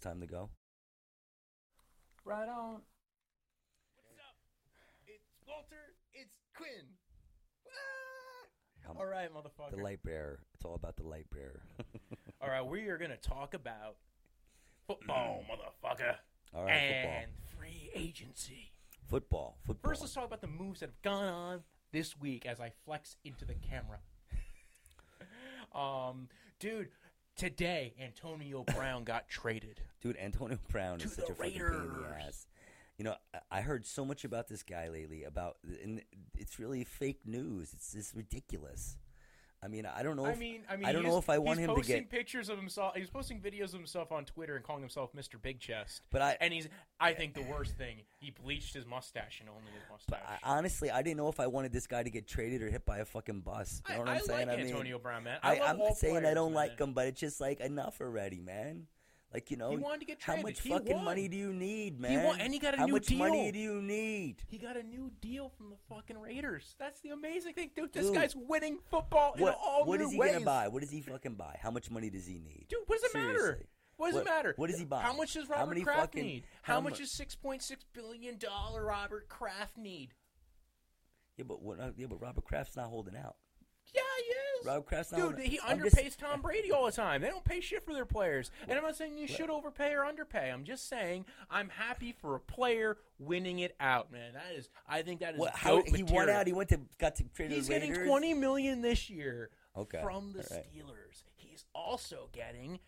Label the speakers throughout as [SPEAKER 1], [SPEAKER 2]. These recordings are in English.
[SPEAKER 1] time to go.
[SPEAKER 2] Right on.
[SPEAKER 3] What's up? It's Walter. It's Quinn.
[SPEAKER 1] Um,
[SPEAKER 3] Ah! All right, motherfucker.
[SPEAKER 1] The light bearer. It's all about the light bearer.
[SPEAKER 3] All right, we are gonna talk about football, motherfucker,
[SPEAKER 1] Mm. all right,
[SPEAKER 3] and free agency.
[SPEAKER 1] football. Football. Football.
[SPEAKER 3] First, let's talk about the moves that have gone on this week as I flex into the camera. um, dude, today Antonio Brown got traded.
[SPEAKER 1] Dude, Antonio Brown
[SPEAKER 3] To
[SPEAKER 1] is such
[SPEAKER 3] the
[SPEAKER 1] a fucking pain in the
[SPEAKER 3] Raiders.
[SPEAKER 1] ass. You know, I- I heard so much about this guy lately. About and it's really fake news. It's just ridiculous. I mean, I don't know.
[SPEAKER 3] I
[SPEAKER 1] if,
[SPEAKER 3] mean, I mean,
[SPEAKER 1] don't
[SPEAKER 3] he
[SPEAKER 1] know
[SPEAKER 3] is-
[SPEAKER 1] if I want
[SPEAKER 3] he's
[SPEAKER 1] him to
[SPEAKER 3] posting
[SPEAKER 1] get.
[SPEAKER 3] pictures of himself. He's posting videos of himself on Twitter and calling himself Mr. Big Chest.
[SPEAKER 1] But I,
[SPEAKER 3] And he's, I think the worst thing, he bleached his mustache and only his
[SPEAKER 1] but
[SPEAKER 3] mustache.
[SPEAKER 1] I, honestly, I didn't know if I wanted this guy to get traded or hit by a fucking bus. You know what
[SPEAKER 3] I
[SPEAKER 1] I'm saying?
[SPEAKER 3] like
[SPEAKER 1] I mean,
[SPEAKER 3] Antonio Brown, man. I
[SPEAKER 1] I,
[SPEAKER 3] love
[SPEAKER 1] I'm
[SPEAKER 3] all
[SPEAKER 1] not saying I
[SPEAKER 3] players,
[SPEAKER 1] don't
[SPEAKER 3] man.
[SPEAKER 1] like him, but it's just like enough already, man. Like you know,
[SPEAKER 3] He wanted to get
[SPEAKER 1] how
[SPEAKER 3] traded.
[SPEAKER 1] much
[SPEAKER 3] He
[SPEAKER 1] fucking
[SPEAKER 3] won.
[SPEAKER 1] money do you need, man?
[SPEAKER 3] He won- and he got a
[SPEAKER 1] how
[SPEAKER 3] new
[SPEAKER 1] much money
[SPEAKER 3] deal.
[SPEAKER 1] do you need?
[SPEAKER 3] He got a new deal from the fucking Raiders. That's the amazing thing, dude. This
[SPEAKER 1] Dude.
[SPEAKER 3] guy's winning football in
[SPEAKER 1] What
[SPEAKER 3] all
[SPEAKER 1] what
[SPEAKER 3] new
[SPEAKER 1] is he
[SPEAKER 3] ways.
[SPEAKER 1] gonna buy? What does he fucking buy? How much money does he need?
[SPEAKER 3] Dude, what does it matter?
[SPEAKER 1] Seriously.
[SPEAKER 3] What does it
[SPEAKER 1] What-
[SPEAKER 3] matter?
[SPEAKER 1] what does he buy?
[SPEAKER 3] How much does
[SPEAKER 1] How
[SPEAKER 3] Robert
[SPEAKER 1] many
[SPEAKER 3] Kraft
[SPEAKER 1] fucking-
[SPEAKER 3] need?
[SPEAKER 1] how
[SPEAKER 3] How, much
[SPEAKER 1] mu-
[SPEAKER 3] does six point six billion dollar Robert Kraft need?
[SPEAKER 1] Yeah, but what, uh, yeah, but Robert Kraft's not holding out.
[SPEAKER 3] Yeah, he is.
[SPEAKER 1] Robert Kraft's not.
[SPEAKER 3] Dude,
[SPEAKER 1] holding
[SPEAKER 3] he
[SPEAKER 1] I'm
[SPEAKER 3] underpays
[SPEAKER 1] just-
[SPEAKER 3] Tom Brady all the time. They don't pay shit for their players. And I'm not saying you should overpay or underpay. I'm just saying I'm happy for a player winning it out, man. That is, I think that is
[SPEAKER 1] What,
[SPEAKER 3] what,
[SPEAKER 1] how he won out? He went to got to traded. to
[SPEAKER 3] He's
[SPEAKER 1] the
[SPEAKER 3] getting
[SPEAKER 1] Raiders?
[SPEAKER 3] 20 million this year
[SPEAKER 1] Okay,
[SPEAKER 3] from the
[SPEAKER 1] all right.
[SPEAKER 3] Steelers. He's also getting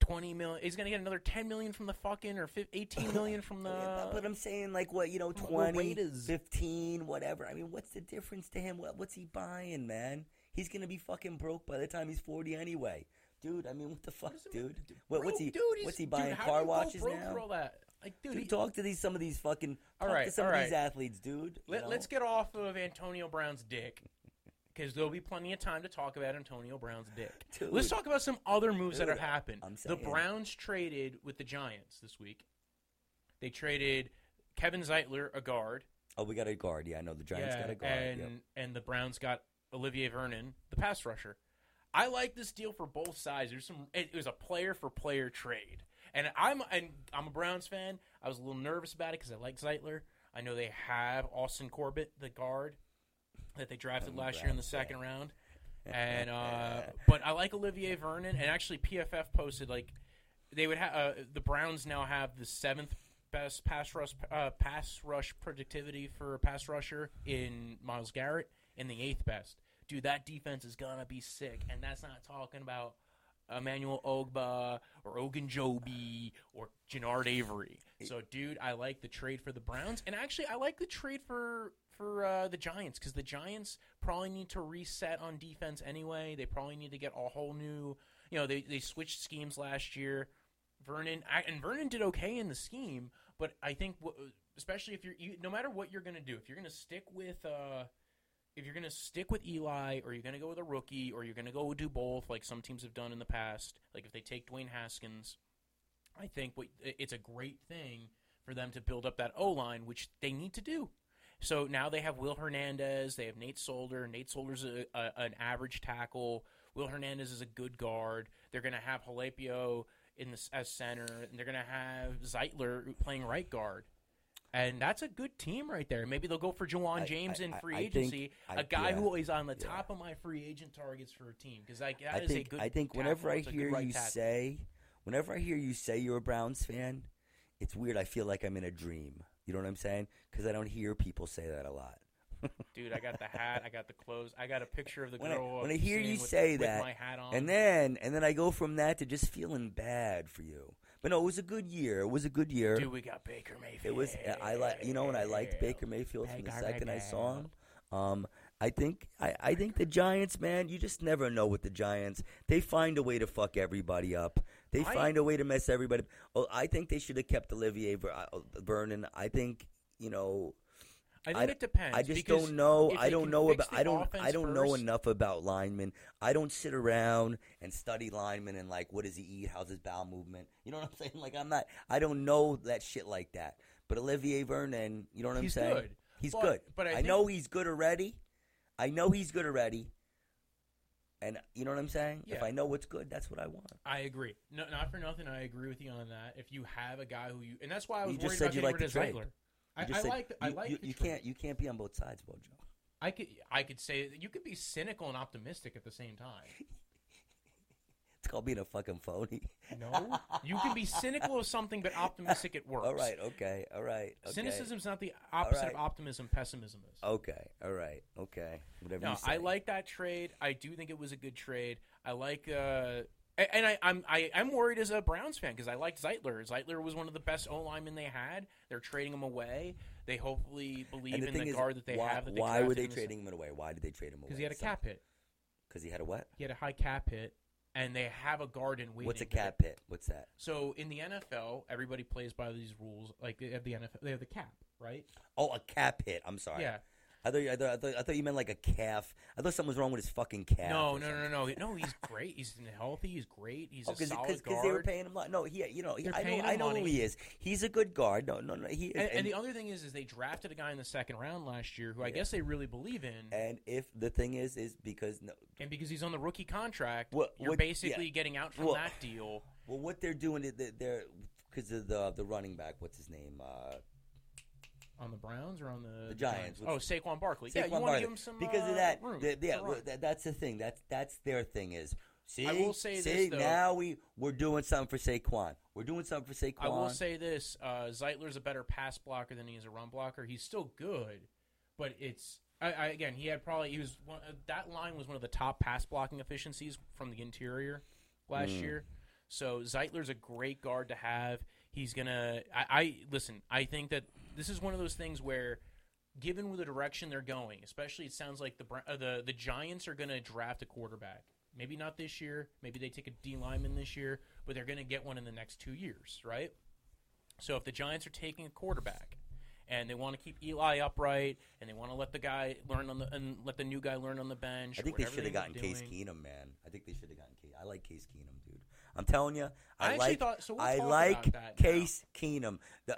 [SPEAKER 3] 20 million. He's going to get another 10 million from the fucking or fif- 18 million from the.
[SPEAKER 1] Oh, Yeah, but I'm saying like what you know,
[SPEAKER 3] the
[SPEAKER 1] 20,
[SPEAKER 3] Raiders.
[SPEAKER 1] 15, whatever. I mean, what's the difference to him? What, what's he buying, man? He's gonna be fucking broke by the time he's forty anyway, dude. I mean, what the fuck,
[SPEAKER 3] What does it
[SPEAKER 1] dude?
[SPEAKER 3] matter?
[SPEAKER 1] What, what's
[SPEAKER 3] Bro,
[SPEAKER 1] he?
[SPEAKER 3] Dude, he's-
[SPEAKER 1] what's he
[SPEAKER 3] dude,
[SPEAKER 1] buying?
[SPEAKER 3] how do
[SPEAKER 1] car
[SPEAKER 3] you go
[SPEAKER 1] washes
[SPEAKER 3] broke
[SPEAKER 1] now.
[SPEAKER 3] For all that? Like, dude,
[SPEAKER 1] Dude,
[SPEAKER 3] he-
[SPEAKER 1] talk to these some of these fucking
[SPEAKER 3] All
[SPEAKER 1] talk to
[SPEAKER 3] right,
[SPEAKER 1] some
[SPEAKER 3] all
[SPEAKER 1] of these
[SPEAKER 3] right.
[SPEAKER 1] athletes, dude. you
[SPEAKER 3] Let,
[SPEAKER 1] know?
[SPEAKER 3] let's get off of Antonio Brown's dick because there'll be plenty of time to talk about Antonio Brown's dick.
[SPEAKER 1] Dude.
[SPEAKER 3] let's talk about some other moves that
[SPEAKER 1] Dude,
[SPEAKER 3] have happened.
[SPEAKER 1] I'm
[SPEAKER 3] the
[SPEAKER 1] saying.
[SPEAKER 3] Browns traded with the Giants this week. They traded Kevin Zeitler, a guard.
[SPEAKER 1] Oh, we got a guard. Yeah, I know the Giants
[SPEAKER 3] yeah,
[SPEAKER 1] got a guard.
[SPEAKER 3] And,
[SPEAKER 1] yep.
[SPEAKER 3] and the Browns got Olivier Vernon, the pass rusher. I like this deal for both sides. There's some. It, it was a player for player trade, and I'm and I'm a Browns fan. I was a little nervous about it because I like Zeitler. I know they have Austin Corbett, the guard that they drafted
[SPEAKER 1] I'm a
[SPEAKER 3] last year in the
[SPEAKER 1] Browns
[SPEAKER 3] second round, and uh, but I like Olivier Vernon. And actually, PFF posted like they would have uh, the Browns now have the seventh best pass rush uh, pass rush productivity for a pass rusher in Miles Garrett and the eighth best. Dude, that defense is gonna be sick, and that's not talking about Emmanuel Ogba or Ogunjobi or Jannard Avery. So, dude, I like the trade for the Browns, and actually, I like the trade for for uh, the Giants because the Giants probably need to reset on defense anyway. They probably need to get a whole new, you know, they they switched schemes last year. Vernon I, and Vernon did okay in the scheme, but I think what, especially if you're you, no matter what you're gonna do, if you're gonna stick with. Uh, if you're going to stick with Eli or you're going to go with a rookie or you're going to go do both like some teams have done in the past, like if they take Dwayne Haskins, I think what, it's a great thing for them to build up that O-line, which they need to do. So now they have Will Hernandez, they have Nate Solder. Nate Solder's a, a, an average tackle. Will Hernandez is a good guard. They're going to have Jalapio in the, as center, and they're going to have Zeitler playing right guard. And that's a good team right there. Maybe they'll go for Jawan
[SPEAKER 1] I-
[SPEAKER 3] James
[SPEAKER 1] I-
[SPEAKER 3] in
[SPEAKER 1] I-
[SPEAKER 3] free
[SPEAKER 1] I think-
[SPEAKER 3] agency,
[SPEAKER 1] I-
[SPEAKER 3] a guy
[SPEAKER 1] yeah.
[SPEAKER 3] who is on the
[SPEAKER 1] Yeah.
[SPEAKER 3] top of my free agent targets for a team because like that
[SPEAKER 1] I
[SPEAKER 3] is
[SPEAKER 1] think
[SPEAKER 3] a good.
[SPEAKER 1] I think whenever I
[SPEAKER 3] tackle. It's a good
[SPEAKER 1] hear
[SPEAKER 3] right
[SPEAKER 1] you
[SPEAKER 3] tackle.
[SPEAKER 1] say, whenever I hear you say you're a Browns fan, it's weird. I feel like I'm in a dream. You know what I'm saying? Because I don't hear people say that a lot.
[SPEAKER 3] "Dude, I got the hat, I got the clothes, I got a picture of the
[SPEAKER 1] When I,
[SPEAKER 3] girl."
[SPEAKER 1] when I
[SPEAKER 3] I'm
[SPEAKER 1] hear
[SPEAKER 3] seeing
[SPEAKER 1] you
[SPEAKER 3] with-
[SPEAKER 1] say
[SPEAKER 3] with
[SPEAKER 1] that,
[SPEAKER 3] my hat on,
[SPEAKER 1] and then and then I go from that to just feeling bad for you. But no, it was a good year. It was a good year.
[SPEAKER 3] dude, we got Baker Mayfield.
[SPEAKER 1] It was uh, I like you know, and I liked Baker Mayfield from the
[SPEAKER 3] Baker
[SPEAKER 1] second I saw him.
[SPEAKER 3] Mayfield.
[SPEAKER 1] Um, I think I, I think the Giants, man, you just never know with the Giants. They find a way to fuck everybody up. They
[SPEAKER 3] I-
[SPEAKER 1] find a way to mess everybody. up. Oh, I think they should have kept Olivier Ver, uh, Vernon. I think you know.
[SPEAKER 3] I think
[SPEAKER 1] I-
[SPEAKER 3] it depends.
[SPEAKER 1] I just
[SPEAKER 3] because
[SPEAKER 1] don't know.
[SPEAKER 3] if
[SPEAKER 1] I
[SPEAKER 3] they
[SPEAKER 1] don't
[SPEAKER 3] can
[SPEAKER 1] know
[SPEAKER 3] fix
[SPEAKER 1] about.
[SPEAKER 3] the
[SPEAKER 1] I don't. I
[SPEAKER 3] offense
[SPEAKER 1] don't know
[SPEAKER 3] first-
[SPEAKER 1] enough about linemen. I don't sit around and study linemen and like, what does he eat? How's his bowel movement? You know what I'm saying? Like, I'm not. I don't know that shit like that. But Olivier Vernon, you know what I'm
[SPEAKER 3] He's
[SPEAKER 1] saying?
[SPEAKER 3] good,
[SPEAKER 1] He's
[SPEAKER 3] but-
[SPEAKER 1] good.
[SPEAKER 3] but I
[SPEAKER 1] I
[SPEAKER 3] think-
[SPEAKER 1] know he's good already. I know he's good already. And you know what I'm saying? If
[SPEAKER 3] Yeah.
[SPEAKER 1] I know what's good, that's what I want.
[SPEAKER 3] I agree. No, not for nothing. I agree with you on that. If you have a guy who you, and that's why I
[SPEAKER 1] You
[SPEAKER 3] was
[SPEAKER 1] just
[SPEAKER 3] worried
[SPEAKER 1] said
[SPEAKER 3] about
[SPEAKER 1] you
[SPEAKER 3] getting
[SPEAKER 1] like
[SPEAKER 3] rid
[SPEAKER 1] the
[SPEAKER 3] of
[SPEAKER 1] trade. You
[SPEAKER 3] Zeidler. I,
[SPEAKER 1] just
[SPEAKER 3] I
[SPEAKER 1] said-
[SPEAKER 3] like. The, I
[SPEAKER 1] you-
[SPEAKER 3] like.
[SPEAKER 1] You,
[SPEAKER 3] the
[SPEAKER 1] you
[SPEAKER 3] trade.
[SPEAKER 1] can't. You can't be on both sides, Bojo.
[SPEAKER 3] I could. I could say that you could be cynical and optimistic at the same time.
[SPEAKER 1] It's called being a fucking phony.
[SPEAKER 3] No, you can be cynical of something but optimistic it works.
[SPEAKER 1] All right. Okay. All right. Okay.
[SPEAKER 3] Cynicism's not the opposite
[SPEAKER 1] right.
[SPEAKER 3] of optimism. Pessimism is.
[SPEAKER 1] Okay. All right. Okay. Whatever.
[SPEAKER 3] No,
[SPEAKER 1] you say.
[SPEAKER 3] I like that trade. I do think it was a good trade. I like, uh, a- and I, I'm I, I'm worried as a Browns fan because I liked Zeitler. Zeitler was one of the best O linemen they had. They're trading him away. They hopefully believe
[SPEAKER 1] And
[SPEAKER 3] in the
[SPEAKER 1] is,
[SPEAKER 3] guard that they
[SPEAKER 1] why,
[SPEAKER 3] have. That
[SPEAKER 1] why were they trading him away? Why did they trade him away?
[SPEAKER 3] Because he had a cap hit.
[SPEAKER 1] Because he had a what?
[SPEAKER 3] He had a high cap hit, and they have a guard in waiting.
[SPEAKER 1] What's a
[SPEAKER 3] that they-
[SPEAKER 1] cap hit? What's that?
[SPEAKER 3] So in the NFL, everybody plays by these rules. Like they have the NFL, they have the cap, right?
[SPEAKER 1] Oh, a cap hit. I'm sorry.
[SPEAKER 3] Yeah.
[SPEAKER 1] I thought, you- I thought I thought I thought you meant like a calf. I thought something was wrong with his fucking calf.
[SPEAKER 3] No,
[SPEAKER 1] or
[SPEAKER 3] no, no,
[SPEAKER 1] something.
[SPEAKER 3] no, no. He's great. He's healthy. He's great. He's
[SPEAKER 1] Oh,
[SPEAKER 3] a solid
[SPEAKER 1] because
[SPEAKER 3] guard.
[SPEAKER 1] they were paying him. Lot. No, he, you know, he-
[SPEAKER 3] They're
[SPEAKER 1] I know,
[SPEAKER 3] paying him
[SPEAKER 1] I know who
[SPEAKER 3] money.
[SPEAKER 1] he is. He's a good guard. No, no, no. He is.
[SPEAKER 3] And, and the other thing is, is they drafted a guy in the second round last year who I
[SPEAKER 1] Yeah.
[SPEAKER 3] guess they really believe in, and,
[SPEAKER 1] and if the thing is, is because no,
[SPEAKER 3] because he's on the rookie contract,
[SPEAKER 1] Well,
[SPEAKER 3] you're
[SPEAKER 1] what- yeah.
[SPEAKER 3] basically getting out from
[SPEAKER 1] Well-
[SPEAKER 3] that deal.
[SPEAKER 1] well, what they're doing is they- they're because of the the running back. What's his name? Uh,
[SPEAKER 3] On the Browns or on the,
[SPEAKER 1] The Giants,
[SPEAKER 3] Oh, Saquon Barkley. yeah, you
[SPEAKER 1] Saquon
[SPEAKER 3] want to
[SPEAKER 1] Barkley.
[SPEAKER 3] give him some
[SPEAKER 1] because
[SPEAKER 3] uh,
[SPEAKER 1] of that.
[SPEAKER 3] room
[SPEAKER 1] th-
[SPEAKER 3] to
[SPEAKER 1] yeah,
[SPEAKER 3] run.
[SPEAKER 1] well, that, that's the thing. That's that's their thing is. See,
[SPEAKER 3] I will say this,
[SPEAKER 1] see,
[SPEAKER 3] though.
[SPEAKER 1] now we we're doing something for Saquon. We're doing something for Saquon.
[SPEAKER 3] I will say this: uh, Zeitler's a better pass blocker than he is a run blocker. He's still good, but it's I, I, again he had probably he was one, uh, that line was one of the top pass blocking efficiencies from the interior last
[SPEAKER 1] Mm.
[SPEAKER 3] year. So Zeitler's a great guard to have. He's gonna. I, I listen. I think that this is one of those things where. Given with the direction they're going, especially it sounds like the Bra- uh, the the Giants are going to draft a quarterback. Maybe not this year. Maybe they take a D lineman this year, but they're going to get one in the next two years, right? So if the Giants are taking a quarterback and they want to keep Eli upright and they want to let the guy learn on the and let the new guy learn on the bench,
[SPEAKER 1] I think they
[SPEAKER 3] whatever
[SPEAKER 1] should have
[SPEAKER 3] end up
[SPEAKER 1] gotten Case
[SPEAKER 3] doing.
[SPEAKER 1] Keenum, man. I think they should have gotten Case. I like Case Keenum, dude. I'm telling you,
[SPEAKER 3] I
[SPEAKER 1] I,
[SPEAKER 3] actually
[SPEAKER 1] like.
[SPEAKER 3] thought- so we'll
[SPEAKER 1] I
[SPEAKER 3] talk
[SPEAKER 1] like
[SPEAKER 3] about that now.
[SPEAKER 1] Case Keenum. The-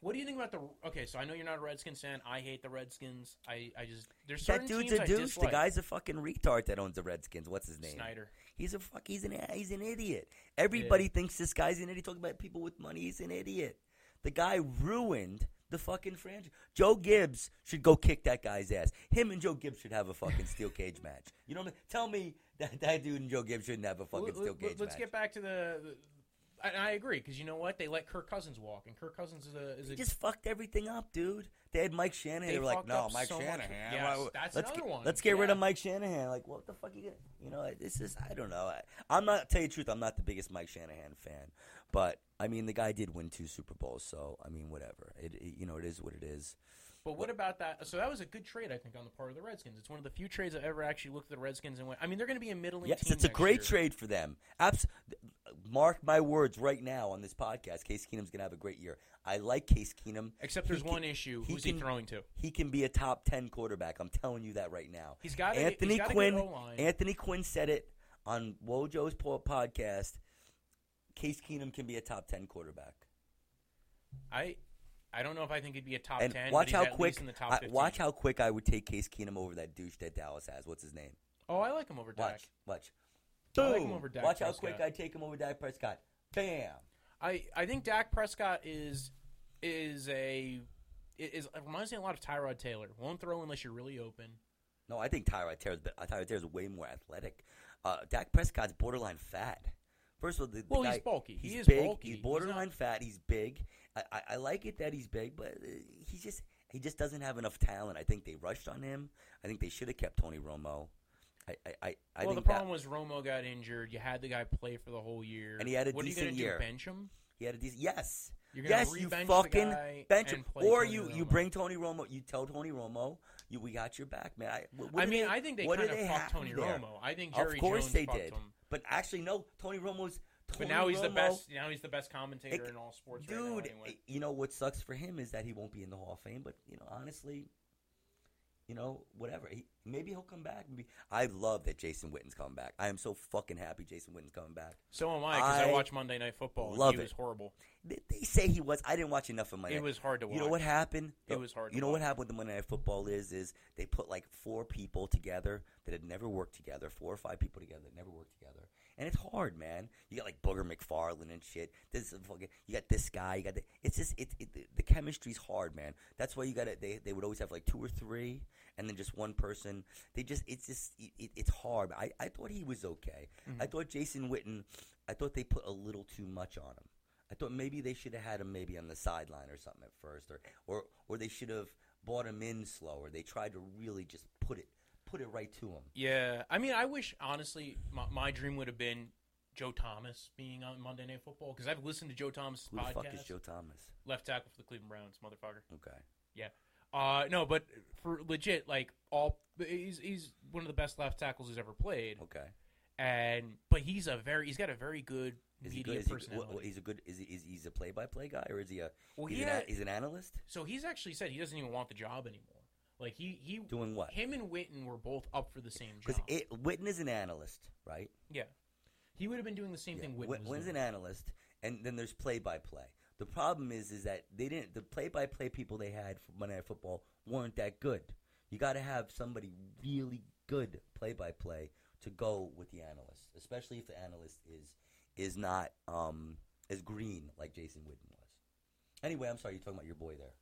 [SPEAKER 3] What do you think about the? Okay, so I know you're not a Redskins fan. I hate the Redskins. I, I just there's
[SPEAKER 1] that
[SPEAKER 3] certain
[SPEAKER 1] dude's
[SPEAKER 3] teams
[SPEAKER 1] a
[SPEAKER 3] I
[SPEAKER 1] douche. The
[SPEAKER 3] dislike.
[SPEAKER 1] guy's a fucking retard that owns the Redskins. What's his name?
[SPEAKER 3] Snyder.
[SPEAKER 1] He's a fuck. He's an he's an idiot. Everybody thinks this guy's an idiot. Talking about people with money, he's an idiot. The guy ruined the fucking franchise. Joe Gibbs should go kick that guy's ass. Him and Joe Gibbs should have a fucking steel cage match. You know what I mean? Tell me that that dude and Joe Gibbs shouldn't have a fucking
[SPEAKER 3] Let-
[SPEAKER 1] steel
[SPEAKER 3] let-
[SPEAKER 1] cage match.
[SPEAKER 3] Let's get back to the. the and I agree because you know what they let Kirk Cousins walk, and Kirk Cousins is a is a
[SPEAKER 1] They just fucked everything up, dude. They had Mike Shanahan.
[SPEAKER 3] They
[SPEAKER 1] They, were like,
[SPEAKER 3] fucked
[SPEAKER 1] no,
[SPEAKER 3] up
[SPEAKER 1] Mike
[SPEAKER 3] so much.
[SPEAKER 1] Shanahan.
[SPEAKER 3] Yes,
[SPEAKER 1] why-
[SPEAKER 3] that's
[SPEAKER 1] let's
[SPEAKER 3] another
[SPEAKER 1] get,
[SPEAKER 3] one.
[SPEAKER 1] Let's get rid of
[SPEAKER 3] Yeah.
[SPEAKER 1] Mike Shanahan. Like, what the fuck you gonna You know, this is I don't know. I, I'm not tell you the truth. I'm not the biggest Mike Shanahan fan, but I mean, the guy did win two Super Bowls, so I mean, whatever. It, it- you know, it is what it is.
[SPEAKER 3] But what about that? So that was a good trade, I think, on the part of the Redskins. It's one of the few trades I've ever actually looked at the Redskins and went. I mean, they're going to be a middling.
[SPEAKER 1] Yes,
[SPEAKER 3] team
[SPEAKER 1] it's a
[SPEAKER 3] next
[SPEAKER 1] great
[SPEAKER 3] year.
[SPEAKER 1] trade for them. Abs- mark my words right now on this podcast. Case Keenum's gonna have a great year. I like Case Keenum.
[SPEAKER 3] Except
[SPEAKER 1] He
[SPEAKER 3] there's
[SPEAKER 1] can-
[SPEAKER 3] one issue:
[SPEAKER 1] he
[SPEAKER 3] who's he
[SPEAKER 1] can-
[SPEAKER 3] throwing to?
[SPEAKER 1] He can be a top ten quarterback. I'm telling you that right now.
[SPEAKER 3] He's got
[SPEAKER 1] Anthony
[SPEAKER 3] a, he's got A
[SPEAKER 1] Quinn.
[SPEAKER 3] good O-line.
[SPEAKER 1] Anthony Quinn said it on Wojo's po- podcast. Case Keenum can be a top ten quarterback.
[SPEAKER 3] I, I don't know if I think he'd be a top
[SPEAKER 1] and
[SPEAKER 3] ten. but
[SPEAKER 1] watch
[SPEAKER 3] he's
[SPEAKER 1] how
[SPEAKER 3] at least
[SPEAKER 1] quick
[SPEAKER 3] in the top
[SPEAKER 1] I-
[SPEAKER 3] 15.
[SPEAKER 1] watch how quick I would take Case Keenum over that douche that Dallas has. What's his name?
[SPEAKER 3] Oh, I like him over Dak.
[SPEAKER 1] Watch, watch.
[SPEAKER 3] I like him
[SPEAKER 1] Boom.
[SPEAKER 3] over Dak
[SPEAKER 1] watch how
[SPEAKER 3] Prescott.
[SPEAKER 1] quick I take him over Dak Prescott. Bam.
[SPEAKER 3] I, I think Dak Prescott is is a is it reminds me a lot of Tyrod Taylor. Won't throw unless you're really open.
[SPEAKER 1] No, I think Tyrod Taylor's, but Tyrod Taylor's way more athletic. Uh, Dak Prescott's borderline fat. First of all, the, the
[SPEAKER 3] Well, he's
[SPEAKER 1] guy-
[SPEAKER 3] bulky. He
[SPEAKER 1] He's
[SPEAKER 3] is
[SPEAKER 1] big.
[SPEAKER 3] bulky.
[SPEAKER 1] He's
[SPEAKER 3] He's
[SPEAKER 1] borderline
[SPEAKER 3] not-
[SPEAKER 1] fat. He's big. I, I, I like it that he's big, but uh, he's just he just doesn't have enough talent. I think they rushed on him. I think they should have kept Tony Romo. I I, I, I
[SPEAKER 3] well, the
[SPEAKER 1] think
[SPEAKER 3] problem
[SPEAKER 1] that
[SPEAKER 3] was Romo got injured. You had the guy play for the whole year,
[SPEAKER 1] And he had a
[SPEAKER 3] what are you
[SPEAKER 1] decent
[SPEAKER 3] gonna
[SPEAKER 1] year.
[SPEAKER 3] Do, bench him.
[SPEAKER 1] he had a decent. Yes,
[SPEAKER 3] You're gonna
[SPEAKER 1] yes, you
[SPEAKER 3] re-bench
[SPEAKER 1] fucking
[SPEAKER 3] the guy
[SPEAKER 1] bench
[SPEAKER 3] and
[SPEAKER 1] him,
[SPEAKER 3] play
[SPEAKER 1] or
[SPEAKER 3] Tony
[SPEAKER 1] you you
[SPEAKER 3] Romo.
[SPEAKER 1] bring Tony Romo. You tell Tony Romo, you we got your back, man. I, what, what
[SPEAKER 3] I
[SPEAKER 1] do
[SPEAKER 3] mean,
[SPEAKER 1] they,
[SPEAKER 3] I think they
[SPEAKER 1] what do
[SPEAKER 3] kind of
[SPEAKER 1] they
[SPEAKER 3] fucked
[SPEAKER 1] have
[SPEAKER 3] Tony
[SPEAKER 1] there?
[SPEAKER 3] Romo. I think Jerry
[SPEAKER 1] of course
[SPEAKER 3] Jones
[SPEAKER 1] they
[SPEAKER 3] fucked
[SPEAKER 1] did.
[SPEAKER 3] him.
[SPEAKER 1] But actually, no. Tony Romo's. Tony
[SPEAKER 3] But now he's the
[SPEAKER 1] Romo-
[SPEAKER 3] best. Now he's the best commentator
[SPEAKER 1] It-
[SPEAKER 3] in all sports. right now
[SPEAKER 1] Dude,
[SPEAKER 3] anyway.
[SPEAKER 1] you know what sucks for him is that he won't be in the Hall of Fame. But you know, honestly, You know, whatever. He, maybe he'll come back. Maybe. I love that Jason Witten's coming back. I am so fucking happy Jason Witten's coming back.
[SPEAKER 3] So am I because I,
[SPEAKER 1] I
[SPEAKER 3] watch Monday Night Football.
[SPEAKER 1] love
[SPEAKER 3] and he was
[SPEAKER 1] it.
[SPEAKER 3] horrible.
[SPEAKER 1] They, they say he was. I didn't watch enough of Monday.
[SPEAKER 3] It
[SPEAKER 1] Night.
[SPEAKER 3] was hard to watch.
[SPEAKER 1] You know what happened?
[SPEAKER 3] It was hard to
[SPEAKER 1] You know what
[SPEAKER 3] watch.
[SPEAKER 1] happened with the Monday Night Football is is they put like four people together that had never worked together, four or five people together that never worked together, and it's hard, man. You got like Booger McFarlane and shit. This is fucking. You got this guy. You got the, It's just it, it. the- The chemistry's hard, man. That's why you got to They they would always have like two or three, and then just one person. They just it's just it, it, it's hard. I I thought he was okay. I thought Jason Witten. I thought they put a little too much on him. I thought maybe they should have had him maybe on the sideline or something at first, or or or they should have bought him in slower. They tried to really just put it put it right to him.
[SPEAKER 3] Yeah, I mean, I wish honestly, my, my dream would have been Joe Thomas being on Monday Night Football because I've listened to Joe Thomas'
[SPEAKER 1] Who the
[SPEAKER 3] podcast.
[SPEAKER 1] fuck is Joe Thomas?
[SPEAKER 3] Left tackle for the Cleveland Browns, motherfucker.
[SPEAKER 1] Okay,
[SPEAKER 3] Yeah. Uh, no, but for legit, like all, he's he's one of the best left tackles who's ever played,
[SPEAKER 1] okay.
[SPEAKER 3] and but he's a very he's got a very good
[SPEAKER 1] Is he
[SPEAKER 3] media
[SPEAKER 1] good? Is he,
[SPEAKER 3] personality.
[SPEAKER 1] well, he's a good. Is he? Is he's a play-by-play guy, or is he a?
[SPEAKER 3] Well,
[SPEAKER 1] he's,
[SPEAKER 3] he
[SPEAKER 1] an,
[SPEAKER 3] had-
[SPEAKER 1] a- he's an analyst
[SPEAKER 3] so he's actually said he doesn't even want the job anymore. Like he he
[SPEAKER 1] doing what?
[SPEAKER 3] him and Witten were both up for the same job.
[SPEAKER 1] Because Witten is an analyst, right?
[SPEAKER 3] yeah, he would have been doing the same
[SPEAKER 1] Yeah.
[SPEAKER 3] thing. Witten
[SPEAKER 1] Wit-
[SPEAKER 3] was
[SPEAKER 1] Witten's
[SPEAKER 3] doing.
[SPEAKER 1] an analyst, and then there's play-by-play. The problem is, is that they didn't. The play-by-play people they had for Monday Night Football weren't that good. You got to have somebody really good play-by-play to go with the analyst, especially if the analyst is is not um, as green like Jason Witten was. Anyway, I'm sorry you're talking about your boy there.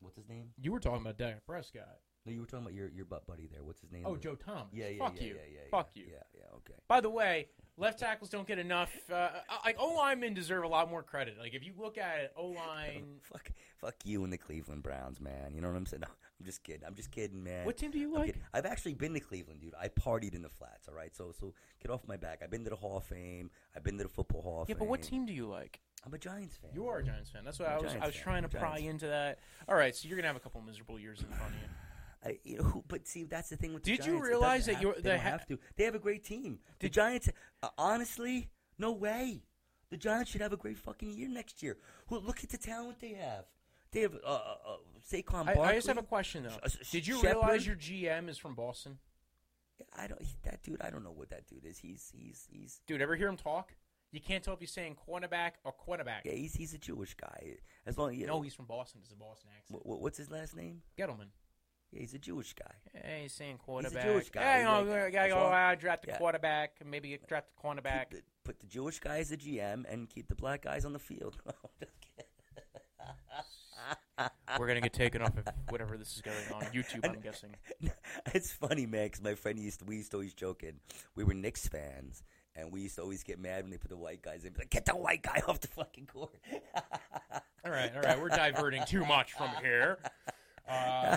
[SPEAKER 1] What's his name?
[SPEAKER 3] You were talking about Dak Prescott.
[SPEAKER 1] No, you were talking about your your butt buddy there. What's his name?
[SPEAKER 3] Oh, Joe Thomas.
[SPEAKER 1] Yeah, yeah,
[SPEAKER 3] Fuck
[SPEAKER 1] yeah,
[SPEAKER 3] you.
[SPEAKER 1] yeah, yeah,
[SPEAKER 3] Fuck
[SPEAKER 1] yeah,
[SPEAKER 3] you.
[SPEAKER 1] Yeah, yeah, okay.
[SPEAKER 3] By the way, left tackles don't get enough. Uh, like O linemen deserve a lot more credit. Like if you look at it, O line.
[SPEAKER 1] Fuck, fuck you and the Cleveland Browns, man. You know what I'm saying? No, I'm just kidding. I'm just kidding, man.
[SPEAKER 3] What team do you
[SPEAKER 1] I'm
[SPEAKER 3] like?
[SPEAKER 1] kidding. I've actually been to Cleveland, dude. I partied in the flats. All right, so so get off my back. I've been to the Hall of Fame. I've been to the Football Hall of
[SPEAKER 3] Yeah,
[SPEAKER 1] Fame.
[SPEAKER 3] but what team do you like?
[SPEAKER 1] I'm a Giants fan.
[SPEAKER 3] You are a Giants fan. That's why
[SPEAKER 1] I'm a
[SPEAKER 3] I was.
[SPEAKER 1] Giants
[SPEAKER 3] I was
[SPEAKER 1] fan.
[SPEAKER 3] trying to
[SPEAKER 1] I'm a
[SPEAKER 3] pry
[SPEAKER 1] Giants
[SPEAKER 3] into that. All right, so you're gonna have a couple miserable years in front of you.
[SPEAKER 1] I, you know, who- but see, that's the thing with. The
[SPEAKER 3] Did you
[SPEAKER 1] Giants. It
[SPEAKER 3] realize
[SPEAKER 1] doesn't
[SPEAKER 3] that you're-
[SPEAKER 1] have,
[SPEAKER 3] they
[SPEAKER 1] they don't
[SPEAKER 3] ha-
[SPEAKER 1] have to? They have a great team. The
[SPEAKER 3] Did-
[SPEAKER 1] Giants, uh, honestly, no way. The Giants should have a great fucking year next year. Well, look at the talent they have. They have uh, uh, uh, Saquon
[SPEAKER 3] I,
[SPEAKER 1] Barkley.
[SPEAKER 3] I just have a question though.
[SPEAKER 1] Sh- sh-
[SPEAKER 3] Did you
[SPEAKER 1] Shepard?
[SPEAKER 3] realize your GM is from Boston?
[SPEAKER 1] I don't. he- That dude. I don't know what that dude is. He's he's he's
[SPEAKER 3] Dude, ever hear him talk? You can't tell if he's saying cornerback or quarterback.
[SPEAKER 1] yeah. He's he's a Jewish guy. As long yeah,
[SPEAKER 3] No, he's from Boston. It's a Boston accent.
[SPEAKER 1] wh- wh- what's his last name?
[SPEAKER 3] Gettleman.
[SPEAKER 1] Yeah, he's a Jewish guy.
[SPEAKER 3] Hey, he's saying quarterback.
[SPEAKER 1] Jewish guy.
[SPEAKER 3] Yeah, you
[SPEAKER 1] He's
[SPEAKER 3] know,
[SPEAKER 1] like that.
[SPEAKER 3] we gotta
[SPEAKER 1] That's
[SPEAKER 3] go
[SPEAKER 1] all.
[SPEAKER 3] out, draft the
[SPEAKER 1] Yeah.
[SPEAKER 3] quarterback, and maybe get- draft the cornerback.
[SPEAKER 1] Keep the, put the Jewish guy as a GM and keep the black guys on the field. No, I'm just kidding.
[SPEAKER 3] We're gonna get taken off of whatever this is going on YouTube. I'm guessing.
[SPEAKER 1] it's funny, man, because my friend used to, we used to always joke in. We were Knicks fans, and we used to always get mad when they put the white guys in. Be like, get the white guy off the fucking court.
[SPEAKER 3] All right, all right, we're diverting too much from here. Uh,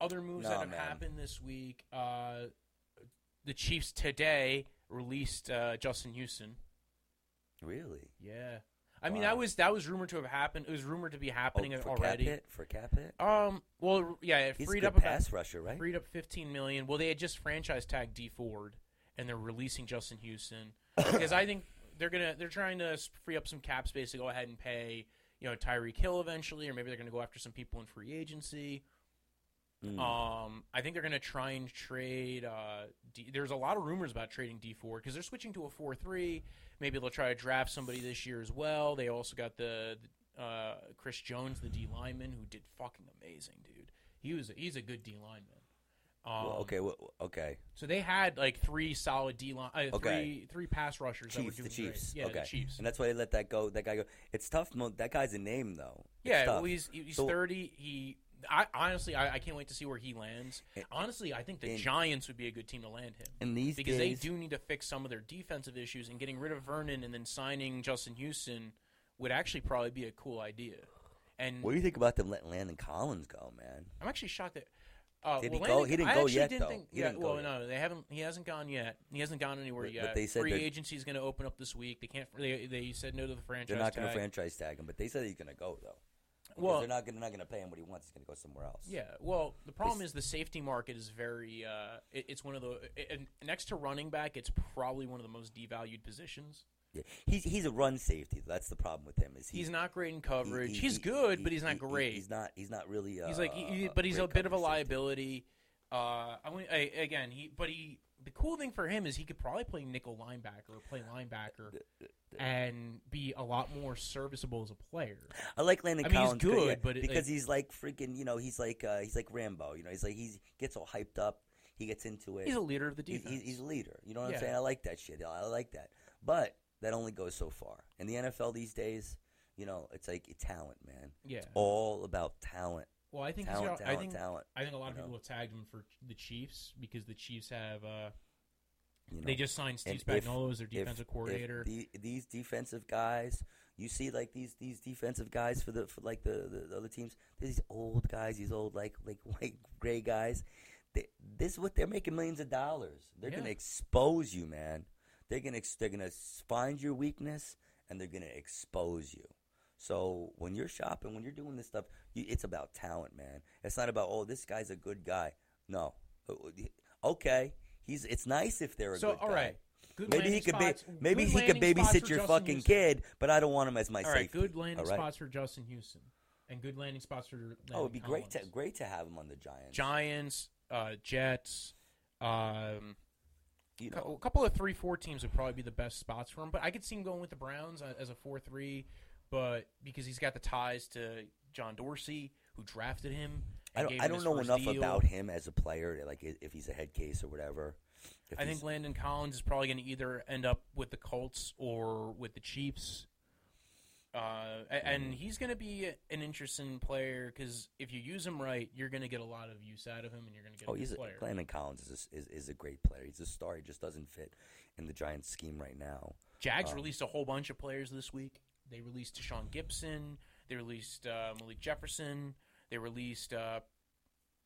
[SPEAKER 3] other moves that
[SPEAKER 1] No,
[SPEAKER 3] have
[SPEAKER 1] man.
[SPEAKER 3] happened this week: uh, the Chiefs today released uh, Justin Houston.
[SPEAKER 1] really?
[SPEAKER 3] Yeah, I mean
[SPEAKER 1] Wow.
[SPEAKER 3] that was that was rumored to have happened. It was rumored to be happening
[SPEAKER 1] Oh, for
[SPEAKER 3] already.
[SPEAKER 1] Cap hit? For Cap hit?
[SPEAKER 3] Um, well, yeah, it
[SPEAKER 1] He's a
[SPEAKER 3] freed
[SPEAKER 1] good
[SPEAKER 3] up about
[SPEAKER 1] pass rusher, right?
[SPEAKER 3] freed up 15 million. Well, they had just franchise tagged D Ford, and they're releasing Justin Houston because I think they're gonna they're trying to s- free up some cap space to go ahead and pay you know Tyreek Hill eventually, or maybe they're gonna go after some people in free agency.
[SPEAKER 1] Mm.
[SPEAKER 3] Um, I think they're gonna try and trade. Uh, D, there's a lot of rumors about trading D Ford because they're switching to a four three. Maybe they'll try to draft somebody this year as well. They also got the. uh, Chris Jones, the D lineman, who did fucking amazing, dude. He was he's a good D lineman. Um,
[SPEAKER 1] well, okay, well, okay.
[SPEAKER 3] So they had like three solid D line, uh, three
[SPEAKER 1] Okay.
[SPEAKER 3] three pass rushers. that were
[SPEAKER 1] Chiefs,
[SPEAKER 3] doing
[SPEAKER 1] the Chiefs.
[SPEAKER 3] Great. Yeah,
[SPEAKER 1] okay.
[SPEAKER 3] the Chiefs.
[SPEAKER 1] And that's why they let that go. That guy go. It's tough. Mo- that guy's a name though. It's
[SPEAKER 3] Yeah,
[SPEAKER 1] tough.
[SPEAKER 3] well, he's he's
[SPEAKER 1] So-
[SPEAKER 3] thirty. He. I, honestly, I, I can't wait to see where he lands.
[SPEAKER 1] And-
[SPEAKER 3] Honestly, I think the
[SPEAKER 1] Eh, and-
[SPEAKER 3] Giants would be a good team to land him
[SPEAKER 1] and these
[SPEAKER 3] because
[SPEAKER 1] days,
[SPEAKER 3] they do need to fix some of their defensive issues. And getting rid of Vernon and then signing Justin Houston would actually probably be a cool idea. And
[SPEAKER 1] What do you think about them letting Landon Collins go, man?
[SPEAKER 3] I'm actually shocked that. Uh,
[SPEAKER 1] Did he
[SPEAKER 3] well,
[SPEAKER 1] go?
[SPEAKER 3] Landon-
[SPEAKER 1] He didn't
[SPEAKER 3] I
[SPEAKER 1] go
[SPEAKER 3] actually
[SPEAKER 1] yet,
[SPEAKER 3] didn't
[SPEAKER 1] though.
[SPEAKER 3] Think,
[SPEAKER 1] He
[SPEAKER 3] yeah,
[SPEAKER 1] didn't go
[SPEAKER 3] well,
[SPEAKER 1] yet.
[SPEAKER 3] no, they haven't. He hasn't gone yet. He hasn't gone anywhere
[SPEAKER 1] But-
[SPEAKER 3] yet.
[SPEAKER 1] but they said
[SPEAKER 3] free
[SPEAKER 1] they're-
[SPEAKER 3] agency is going to open up this week. They can't. They, they said no to the franchise.
[SPEAKER 1] They're not going
[SPEAKER 3] tag.
[SPEAKER 1] to franchise tag him, but they said he's going to go though. Because
[SPEAKER 3] Well-
[SPEAKER 1] they're not going to pay him what he wants. He's going to go somewhere else.
[SPEAKER 3] Yeah. Well, the problem
[SPEAKER 1] This-
[SPEAKER 3] is the safety market is very. Uh, it, it's one of the it, and next to running back. It's probably one of the most devalued positions.
[SPEAKER 1] Yeah. He's he's a run safety. That's the problem with him. Is he,
[SPEAKER 3] He's not great in coverage.
[SPEAKER 1] he- he-
[SPEAKER 3] he's
[SPEAKER 1] he-
[SPEAKER 3] good,
[SPEAKER 1] he-
[SPEAKER 3] but he's not
[SPEAKER 1] he- he-
[SPEAKER 3] great.
[SPEAKER 1] He's not. He's not really. Uh,
[SPEAKER 3] He's like, he- he- but he's
[SPEAKER 1] great
[SPEAKER 3] a bit of a
[SPEAKER 1] coverage safety.
[SPEAKER 3] liability. Uh, I went, I, again, he, but he, the cool thing for him is he could probably play nickel linebacker or play linebacker and be a lot more serviceable as a player.
[SPEAKER 1] I like Landon
[SPEAKER 3] I mean, he's
[SPEAKER 1] Collins 'cause- yeah,
[SPEAKER 3] good, but it-
[SPEAKER 1] because
[SPEAKER 3] like-
[SPEAKER 1] he's like freaking, you know, he's like uh, he's like Rambo. You know, he's like he gets all hyped up. He gets into it.
[SPEAKER 3] He's a leader of the
[SPEAKER 1] He-
[SPEAKER 3] defense.
[SPEAKER 1] he's, he's a leader. You know what
[SPEAKER 3] Yeah.
[SPEAKER 1] I'm saying? I like that shit. I like that. But that only goes so far. In the NFL these days, you know, it's like talent, man.
[SPEAKER 3] yeah.
[SPEAKER 1] All about talent,
[SPEAKER 3] Well, I think he's
[SPEAKER 1] Oh, talent,
[SPEAKER 3] got-
[SPEAKER 1] talent,
[SPEAKER 3] I think
[SPEAKER 1] talent.
[SPEAKER 3] I think a lot of
[SPEAKER 1] you know.
[SPEAKER 3] people have tagged him for the Chiefs because the Chiefs have uh,
[SPEAKER 1] You know?
[SPEAKER 3] they just signed Steve
[SPEAKER 1] And if-
[SPEAKER 3] Spagnuolo as their
[SPEAKER 1] If-
[SPEAKER 3] defensive
[SPEAKER 1] if
[SPEAKER 3] coordinator.
[SPEAKER 1] the- these defensive guys, you see, like these these defensive guys for the for like the, the, the other teams. They're these old guys, these old like like white gray guys. They, this is what they're making millions of dollars. They're
[SPEAKER 3] Yeah.
[SPEAKER 1] gonna expose you, man. They're gonna ex- they're gonna s- find your weakness and they're gonna expose you. So when you're shopping, when you're doing this stuff, you, it's about talent, man. It's not about oh, this guy's a good guy. No, okay, he's. It's nice if they're a
[SPEAKER 3] so,
[SPEAKER 1] good guy.
[SPEAKER 3] all right, good
[SPEAKER 1] Maybe he
[SPEAKER 3] landing
[SPEAKER 1] could ba-
[SPEAKER 3] spots-
[SPEAKER 1] maybe
[SPEAKER 3] good
[SPEAKER 1] he could
[SPEAKER 3] landing spots
[SPEAKER 1] babysit
[SPEAKER 3] for
[SPEAKER 1] your
[SPEAKER 3] Justin
[SPEAKER 1] fucking
[SPEAKER 3] Houston.
[SPEAKER 1] kid, but I don't want him as my
[SPEAKER 3] All right,
[SPEAKER 1] safety.
[SPEAKER 3] good landing
[SPEAKER 1] all right?
[SPEAKER 3] spots for Justin Houston, and good landing spots for. Landon
[SPEAKER 1] Oh, it'd be great to
[SPEAKER 3] Collins.
[SPEAKER 1] great to have him on the Giants.
[SPEAKER 3] Giants, uh, Jets. Um,
[SPEAKER 1] you
[SPEAKER 3] cou-
[SPEAKER 1] know,
[SPEAKER 3] a couple of three four teams would probably be the best spots for him, but I could see him going with the Browns uh, as a four three, but because he's got the ties to John Dorsey, who drafted him.
[SPEAKER 1] I
[SPEAKER 3] and gave
[SPEAKER 1] don't
[SPEAKER 3] him
[SPEAKER 1] I don't
[SPEAKER 3] his
[SPEAKER 1] know
[SPEAKER 3] first
[SPEAKER 1] enough
[SPEAKER 3] deal.
[SPEAKER 1] about him as a player, like i- if he's a head case or whatever. If
[SPEAKER 3] I
[SPEAKER 1] he's-
[SPEAKER 3] think Landon Collins is probably going to either end up with the Colts or with the Chiefs. Uh, a- and he's going to be an interesting player because if you use him right, you're going to get a lot of use out of him, and you're going to get
[SPEAKER 1] oh,
[SPEAKER 3] a good
[SPEAKER 1] he's a,
[SPEAKER 3] player.
[SPEAKER 1] Landon Collins is, a s is is a great player. He's a star. He just doesn't fit in the Giants scheme right now.
[SPEAKER 3] Jags
[SPEAKER 1] Um,
[SPEAKER 3] released a whole bunch of players this week. They released Deshaun Gibson. They released uh, Malik Jefferson. They released uh,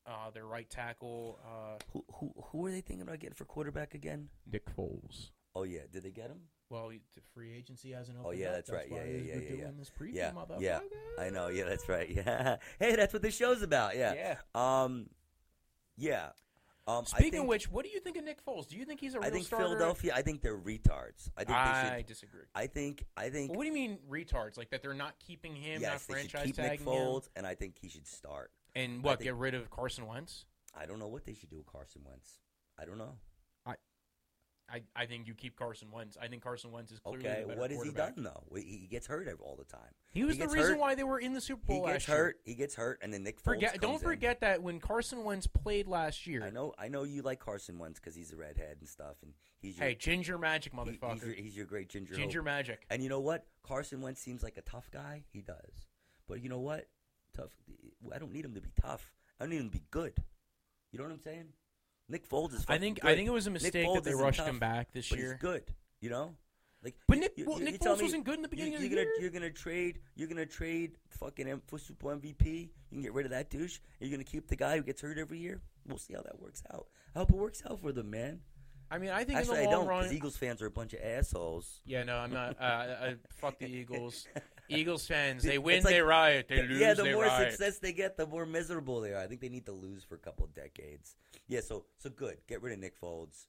[SPEAKER 3] uh, their right tackle uh,
[SPEAKER 1] Who who who are they thinking about getting for quarterback again?
[SPEAKER 3] Nick Foles.
[SPEAKER 1] Oh yeah, did they get him?
[SPEAKER 3] Well, he- the free agency hasn't opened.
[SPEAKER 1] Oh yeah,
[SPEAKER 3] up.
[SPEAKER 1] that's right.
[SPEAKER 3] why
[SPEAKER 1] Yeah, yeah, yeah,
[SPEAKER 3] we're
[SPEAKER 1] yeah,
[SPEAKER 3] doing
[SPEAKER 1] yeah.
[SPEAKER 3] This preview,
[SPEAKER 1] yeah,
[SPEAKER 3] motherfucker.
[SPEAKER 1] yeah. I know. Yeah, that's right. Yeah. hey, that's what this show's about.
[SPEAKER 3] Yeah.
[SPEAKER 1] Um, yeah. Um,
[SPEAKER 3] Speaking
[SPEAKER 1] I think,
[SPEAKER 3] of which, what do you think of Nick Foles? Do you think he's a real
[SPEAKER 1] I think
[SPEAKER 3] starter?
[SPEAKER 1] Philadelphia. I think they're retards. I think they
[SPEAKER 3] I
[SPEAKER 1] should.
[SPEAKER 3] disagree.
[SPEAKER 1] I think. I think.
[SPEAKER 3] Well, what do you mean retards? Like that they're not keeping him, not
[SPEAKER 1] yes, they should
[SPEAKER 3] franchise
[SPEAKER 1] keep Nick
[SPEAKER 3] tagging
[SPEAKER 1] Foles, and I think he should start.
[SPEAKER 3] him, and
[SPEAKER 1] I
[SPEAKER 3] what
[SPEAKER 1] think-
[SPEAKER 3] get rid of Carson Wentz?
[SPEAKER 1] I don't know what they should do with Carson Wentz. I don't know.
[SPEAKER 3] I, I think you keep Carson Wentz. I think Carson Wentz is clearly
[SPEAKER 1] Okay,
[SPEAKER 3] the better
[SPEAKER 1] what has he
[SPEAKER 3] quarterback.
[SPEAKER 1] done though? He- He gets hurt every- all the time.
[SPEAKER 3] He was the
[SPEAKER 1] gets
[SPEAKER 3] reason
[SPEAKER 1] hurt.
[SPEAKER 3] why they were in the Super
[SPEAKER 1] He
[SPEAKER 3] Bowl
[SPEAKER 1] gets
[SPEAKER 3] last year.
[SPEAKER 1] hurt. He gets hurt, and then Nick Foles
[SPEAKER 3] Forget, don't
[SPEAKER 1] comes in.
[SPEAKER 3] forget that when Carson Wentz played last year.
[SPEAKER 1] I know. I know you like Carson Wentz because he's a redhead and stuff, and he's your
[SPEAKER 3] Hey, Ginger Magic,
[SPEAKER 1] he- he's, your,
[SPEAKER 3] motherfucker.
[SPEAKER 1] he's your great ginger. hope.
[SPEAKER 3] Ginger Magic.
[SPEAKER 1] And you know what? Carson Wentz seems like a tough guy. He does. But you know what? Tough. I don't need him to be tough. I don't need him to be good. You know what I'm saying? Nick Foles is.
[SPEAKER 3] I
[SPEAKER 1] fucking
[SPEAKER 3] think
[SPEAKER 1] good.
[SPEAKER 3] I think it was a
[SPEAKER 1] Nick
[SPEAKER 3] mistake
[SPEAKER 1] Foles
[SPEAKER 3] that they
[SPEAKER 1] isn't
[SPEAKER 3] rushed
[SPEAKER 1] tough,
[SPEAKER 3] him back this
[SPEAKER 1] but
[SPEAKER 3] year.
[SPEAKER 1] He's good. You know. Like,
[SPEAKER 3] But
[SPEAKER 1] you-
[SPEAKER 3] Nick-
[SPEAKER 1] you-
[SPEAKER 3] well,
[SPEAKER 1] you-
[SPEAKER 3] Nick
[SPEAKER 1] you tell
[SPEAKER 3] Foles
[SPEAKER 1] me
[SPEAKER 3] wasn't good in the beginning
[SPEAKER 1] you,
[SPEAKER 3] of the
[SPEAKER 1] you're gonna,
[SPEAKER 3] year.
[SPEAKER 1] You're gonna trade. You're gonna trade fucking M- for Super Bowl MVP. You can get rid of that douche. And you're gonna keep the guy who gets hurt every year. We'll see how that works out. I hope it works out for them, man.
[SPEAKER 3] I mean, I think
[SPEAKER 1] Actually,
[SPEAKER 3] in
[SPEAKER 1] I
[SPEAKER 3] the long
[SPEAKER 1] don't.
[SPEAKER 3] run,
[SPEAKER 1] Because Eagles fans are a bunch of assholes.
[SPEAKER 3] Yeah, no, I'm not. Uh, I, fuck the Eagles. Eagles fans,
[SPEAKER 1] The-
[SPEAKER 3] they win,
[SPEAKER 1] it's like-
[SPEAKER 3] they riot. They
[SPEAKER 1] the-
[SPEAKER 3] lose,
[SPEAKER 1] yeah, the
[SPEAKER 3] they
[SPEAKER 1] more
[SPEAKER 3] riot.
[SPEAKER 1] success they get, the more miserable they are. I think they need to lose for a couple of decades. Yeah, so so good. Get rid of Nick Folds.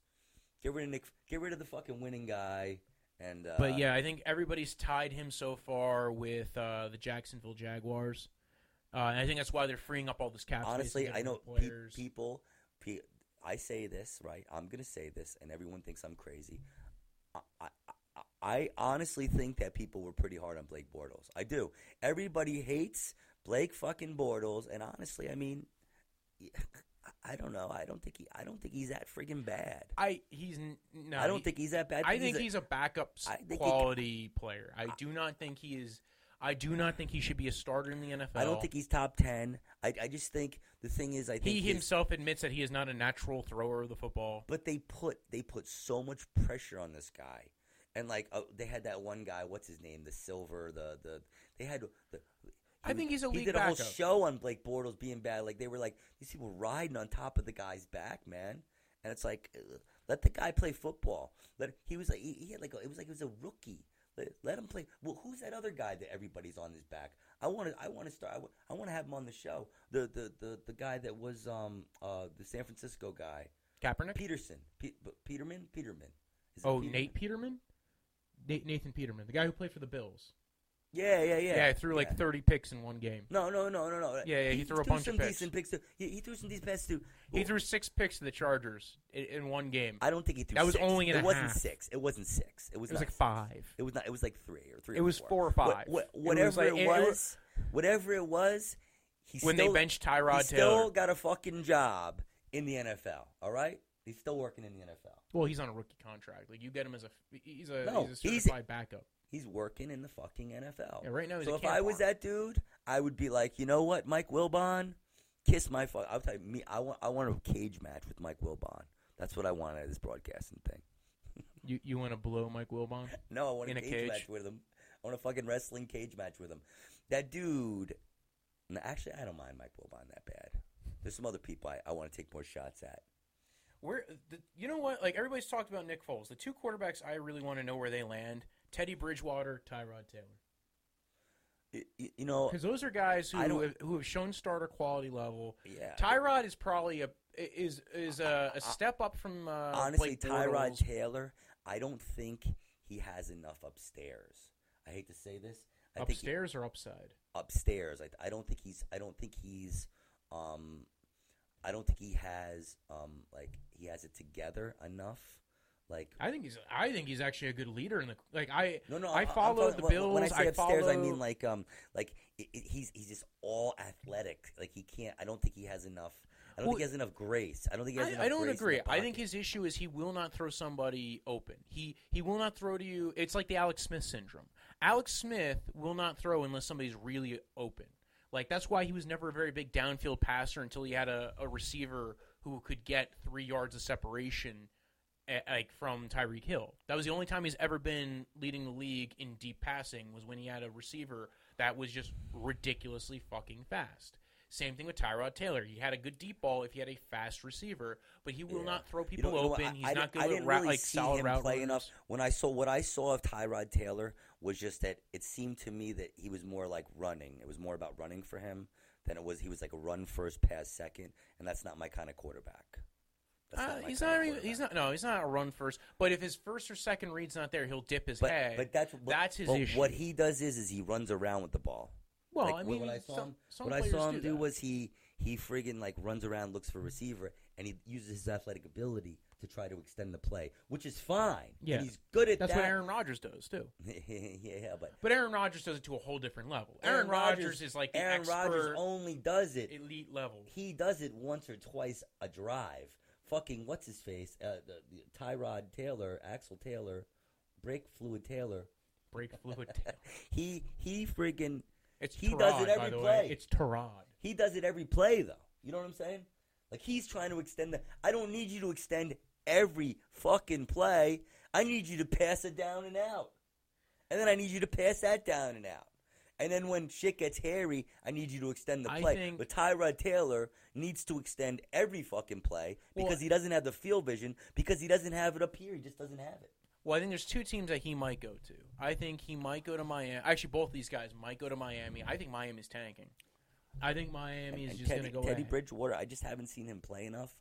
[SPEAKER 1] Get rid of Nick. Get rid of the fucking winning guy. And uh,
[SPEAKER 3] But yeah, I think everybody's tied him so far with uh, the Jacksonville Jaguars, uh, and I think that's why they're freeing up all this cap. space to
[SPEAKER 1] honestly,
[SPEAKER 3] get
[SPEAKER 1] I
[SPEAKER 3] rid
[SPEAKER 1] know
[SPEAKER 3] of
[SPEAKER 1] pe-
[SPEAKER 3] players.
[SPEAKER 1] people. Pe- I say this right. I'm gonna say this, and everyone thinks I'm crazy. I, I, I- I honestly think that people were pretty hard on Blake Bortles. I do. Everybody hates Blake fucking Bortles, and honestly, I mean, I don't know. I don't think he. I don't think he's that friggin' bad.
[SPEAKER 3] I he's n- no.
[SPEAKER 1] I don't
[SPEAKER 3] he-
[SPEAKER 1] think he's that bad.
[SPEAKER 3] I think he's,
[SPEAKER 1] a-
[SPEAKER 3] a, backup s-
[SPEAKER 1] I think he-
[SPEAKER 3] quality player. I do not think he is. I do not think he should be a starter in the NFL.
[SPEAKER 1] I don't think he's top ten. I, I just think the thing is, I think
[SPEAKER 3] he
[SPEAKER 1] his-
[SPEAKER 3] himself admits that he is not a natural thrower of the football.
[SPEAKER 1] But they put they put so much pressure on this guy, and like uh, they had that one guy. What's his name? The silver. The the they had. The,
[SPEAKER 3] I think he's a
[SPEAKER 1] he
[SPEAKER 3] league
[SPEAKER 1] did a
[SPEAKER 3] backup.
[SPEAKER 1] whole show on Blake Bortles being bad. Like they were like these people riding on top of the guy's back, man. And it's like, ugh, let the guy play football. Let he was like he, he had like a, it was like he was a rookie. Let, let him play. Well, who's that other guy that everybody's on his back? I want to I want to start. I want to have him on the show. The the the the guy that was um uh the San Francisco guy.
[SPEAKER 3] Kaepernick.
[SPEAKER 1] Peterson, Pe- Peterman, Peterman. Is it
[SPEAKER 3] oh,
[SPEAKER 1] Peterman?
[SPEAKER 3] Nate Peterman. Na- Nathan Peterman, the guy who played for the Bills.
[SPEAKER 1] Yeah, yeah, yeah.
[SPEAKER 3] Yeah, he threw like
[SPEAKER 1] yeah.
[SPEAKER 3] 30 picks in one game.
[SPEAKER 1] No, no, no, no, no.
[SPEAKER 3] Yeah, yeah, he threw a bunch of
[SPEAKER 1] some
[SPEAKER 3] picks.
[SPEAKER 1] decent picks. Too. He, he threw some decent passes too.
[SPEAKER 3] He threw six picks to the Chargers in, in one game.
[SPEAKER 1] I don't think he threw.
[SPEAKER 3] That was
[SPEAKER 1] six.
[SPEAKER 3] only and
[SPEAKER 1] It
[SPEAKER 3] a
[SPEAKER 1] wasn't
[SPEAKER 3] half.
[SPEAKER 1] six. It wasn't six. It was.
[SPEAKER 3] It
[SPEAKER 1] not
[SPEAKER 3] was like
[SPEAKER 1] six.
[SPEAKER 3] five.
[SPEAKER 1] It was not. It was like three or three.
[SPEAKER 3] It
[SPEAKER 1] or
[SPEAKER 3] was four or
[SPEAKER 1] Wha-
[SPEAKER 3] five.
[SPEAKER 1] wha-
[SPEAKER 3] It was
[SPEAKER 1] whatever
[SPEAKER 3] like-
[SPEAKER 1] it was,
[SPEAKER 3] it- it was-
[SPEAKER 1] whatever it was, he
[SPEAKER 3] When
[SPEAKER 1] still,
[SPEAKER 3] they benched
[SPEAKER 1] he
[SPEAKER 3] Tyrod
[SPEAKER 1] still
[SPEAKER 3] Taylor.
[SPEAKER 1] got a fucking job in the NFL. All right, he's still working in the NFL.
[SPEAKER 3] Well, he's on a rookie contract. Like you get him as a he's a
[SPEAKER 1] No,
[SPEAKER 3] he's a
[SPEAKER 1] he's-
[SPEAKER 3] certified backup.
[SPEAKER 1] He's working in the fucking NFL.
[SPEAKER 3] Yeah, right now he's
[SPEAKER 1] so
[SPEAKER 3] a
[SPEAKER 1] if
[SPEAKER 3] camp
[SPEAKER 1] I was
[SPEAKER 3] arm.
[SPEAKER 1] that dude, I would be like, you know what, Mike Wilbon, kiss my fuck. I'll tell you, me, I want, I want a cage match with Mike Wilbon. That's what I want out of this broadcasting thing.
[SPEAKER 3] You you want to blow Mike Wilbon?
[SPEAKER 1] No, I want a
[SPEAKER 3] In a
[SPEAKER 1] cage,
[SPEAKER 3] cage?
[SPEAKER 1] match with him. I want a fucking wrestling cage match with him. That dude. No, actually, I don't mind Mike Wilbon that bad. There's some other people I, I want to take more shots at.
[SPEAKER 3] Where the, you know what? Like everybody's talked about Nick Foles. The two quarterbacks I really want to know where they land: Teddy Bridgewater, Tyrod Taylor,
[SPEAKER 1] Y- y- you know,
[SPEAKER 3] because those are guys who
[SPEAKER 1] I don't-
[SPEAKER 3] have, who have shown starter quality level.
[SPEAKER 1] yeah.
[SPEAKER 3] Tyrod is probably a is is a, a step up from uh,
[SPEAKER 1] uh, honestly,
[SPEAKER 3] Blake
[SPEAKER 1] Tyrod
[SPEAKER 3] Bortles.
[SPEAKER 1] Taylor, I don't think he has enough upstairs. I hate to say this. I think he-
[SPEAKER 3] upstairs or upside.
[SPEAKER 1] upstairs. I, I don't think he's. I don't think he's. Um, I don't think he has. Um, like he has it together enough. Like
[SPEAKER 3] I think he's I think he's actually a good leader in the like I
[SPEAKER 1] No, no.
[SPEAKER 3] I
[SPEAKER 1] I'm
[SPEAKER 3] follow
[SPEAKER 1] talking-
[SPEAKER 3] the
[SPEAKER 1] when- When I
[SPEAKER 3] Bills,
[SPEAKER 1] say
[SPEAKER 3] I
[SPEAKER 1] upstairs, I mean
[SPEAKER 3] follow-
[SPEAKER 1] like um, like i i he's he's just all athletic. Like he can't. I don't think he has enough. I don't
[SPEAKER 3] Well,
[SPEAKER 1] think he has enough grace. I don't think he has
[SPEAKER 3] I,
[SPEAKER 1] enough.
[SPEAKER 3] I don't
[SPEAKER 1] grace in
[SPEAKER 3] agree.
[SPEAKER 1] the
[SPEAKER 3] I think
[SPEAKER 1] pocket.
[SPEAKER 3] his issue is he will not throw somebody open. He he will not throw to you. It's like the Alex Smith syndrome. Alex Smith will not throw unless somebody's really open. Like that's why he was never a very big downfield passer until he had a, a receiver who could get three yards of separation, eh, like from Tyreek Hill. That was the only time he's ever been leading the league in deep passing was when he had a receiver that was just ridiculously fucking fast. Same thing with Tyrod Taylor. He had a good deep ball if he had a fast receiver, but he will
[SPEAKER 1] Yeah.
[SPEAKER 3] not throw
[SPEAKER 1] You
[SPEAKER 3] people
[SPEAKER 1] don't- you know what,
[SPEAKER 3] open.
[SPEAKER 1] I-
[SPEAKER 3] He's
[SPEAKER 1] I
[SPEAKER 3] not
[SPEAKER 1] didn't- I
[SPEAKER 3] good at
[SPEAKER 1] didn't
[SPEAKER 3] ra-
[SPEAKER 1] really
[SPEAKER 3] like
[SPEAKER 1] see
[SPEAKER 3] solid
[SPEAKER 1] him
[SPEAKER 3] route
[SPEAKER 1] play enough.
[SPEAKER 3] runners.
[SPEAKER 1] When I saw what I saw of Tyrod Taylor was just that it seemed to me that he was more like running. It was more about running for him than it was he was like a run first, pass second, and that's not my kind of quarterback. That's
[SPEAKER 3] Uh,
[SPEAKER 1] my kind
[SPEAKER 3] he's
[SPEAKER 1] of
[SPEAKER 3] not. Even,
[SPEAKER 1] quarterback.
[SPEAKER 3] he's not. No, he's not a run first. But if his first or second read's not there, he'll dip his
[SPEAKER 1] But,
[SPEAKER 3] head.
[SPEAKER 1] but that's but-
[SPEAKER 3] that's his
[SPEAKER 1] but
[SPEAKER 3] issue.
[SPEAKER 1] What he does is is he runs around with the ball.
[SPEAKER 3] well,
[SPEAKER 1] Like,
[SPEAKER 3] I
[SPEAKER 1] when-
[SPEAKER 3] mean,
[SPEAKER 1] when I saw
[SPEAKER 3] some,
[SPEAKER 1] him,
[SPEAKER 3] some
[SPEAKER 1] what I
[SPEAKER 3] players
[SPEAKER 1] saw him do
[SPEAKER 3] that.
[SPEAKER 1] was he he friggin' like runs around, looks for a receiver, and he uses his athletic ability to try to extend the play, which is fine. and
[SPEAKER 3] Yeah.
[SPEAKER 1] he's good at
[SPEAKER 3] that's what
[SPEAKER 1] that.
[SPEAKER 3] Aaron Rodgers does too.
[SPEAKER 1] yeah, but
[SPEAKER 3] But Aaron Rodgers does it to a whole different level. Aaron, Rodgers is like the
[SPEAKER 1] Aaron
[SPEAKER 3] expert
[SPEAKER 1] Rodgers only does it.
[SPEAKER 3] elite level.
[SPEAKER 1] He does it once or twice a drive. Fucking what's his face? Uh, the, the Tyrod Taylor, Axel Taylor, brake fluid Taylor.
[SPEAKER 3] Break fluid.
[SPEAKER 1] He he friggin'
[SPEAKER 3] It's
[SPEAKER 1] He
[SPEAKER 3] Tarod,
[SPEAKER 1] does it
[SPEAKER 3] by
[SPEAKER 1] every
[SPEAKER 3] the
[SPEAKER 1] play.
[SPEAKER 3] Way. It's Tarod.
[SPEAKER 1] He does it every play, though. You know what I'm saying? Like he's trying to extend the. I don't need you to extend every fucking play. I need you to pass it down and out, and then I need you to pass that down and out, and then when shit gets hairy, I need you to extend the
[SPEAKER 3] I
[SPEAKER 1] play.
[SPEAKER 3] think-
[SPEAKER 1] But Tyrod Taylor needs to extend every fucking play because
[SPEAKER 3] Well-
[SPEAKER 1] he doesn't have the field vision because he doesn't have it up here. He just doesn't have it.
[SPEAKER 3] Well, I think there's two teams that he might go to. I think he might go to Miami. Actually, both these guys might go to Miami. I think Miami's tanking. I think Miami is
[SPEAKER 1] and
[SPEAKER 3] just going
[SPEAKER 1] Teddy,
[SPEAKER 3] to go.
[SPEAKER 1] Teddy
[SPEAKER 3] ahead.
[SPEAKER 1] Bridgewater, I just haven't seen him play enough.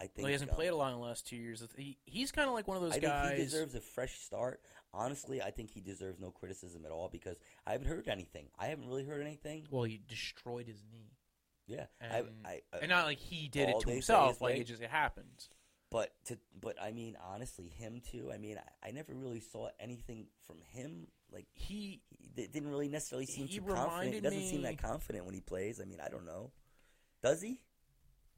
[SPEAKER 1] I think
[SPEAKER 3] Well, he hasn't
[SPEAKER 1] um,
[SPEAKER 3] played a lot in the last two years. He, he's kind of like one of those
[SPEAKER 1] I
[SPEAKER 3] guys.
[SPEAKER 1] think he deserves a fresh start. Honestly, I think he deserves no criticism at all because I haven't heard anything. I haven't really heard anything.
[SPEAKER 3] well, he destroyed his knee,
[SPEAKER 1] Yeah, I,
[SPEAKER 3] and,
[SPEAKER 1] I, uh, I,
[SPEAKER 3] and not like he did
[SPEAKER 1] all
[SPEAKER 3] it to
[SPEAKER 1] they say
[SPEAKER 3] himself.
[SPEAKER 1] is
[SPEAKER 3] Like
[SPEAKER 1] wait.
[SPEAKER 3] it just it happens.
[SPEAKER 1] but to, but I mean, honestly, him too. I mean, I, I never really saw anything from him. Like
[SPEAKER 3] He
[SPEAKER 1] he d- didn't really necessarily seem
[SPEAKER 3] He
[SPEAKER 1] too confident. He
[SPEAKER 3] reminded
[SPEAKER 1] doesn't seem
[SPEAKER 3] me-
[SPEAKER 1] that confident when he plays. I mean, I don't know. Does he?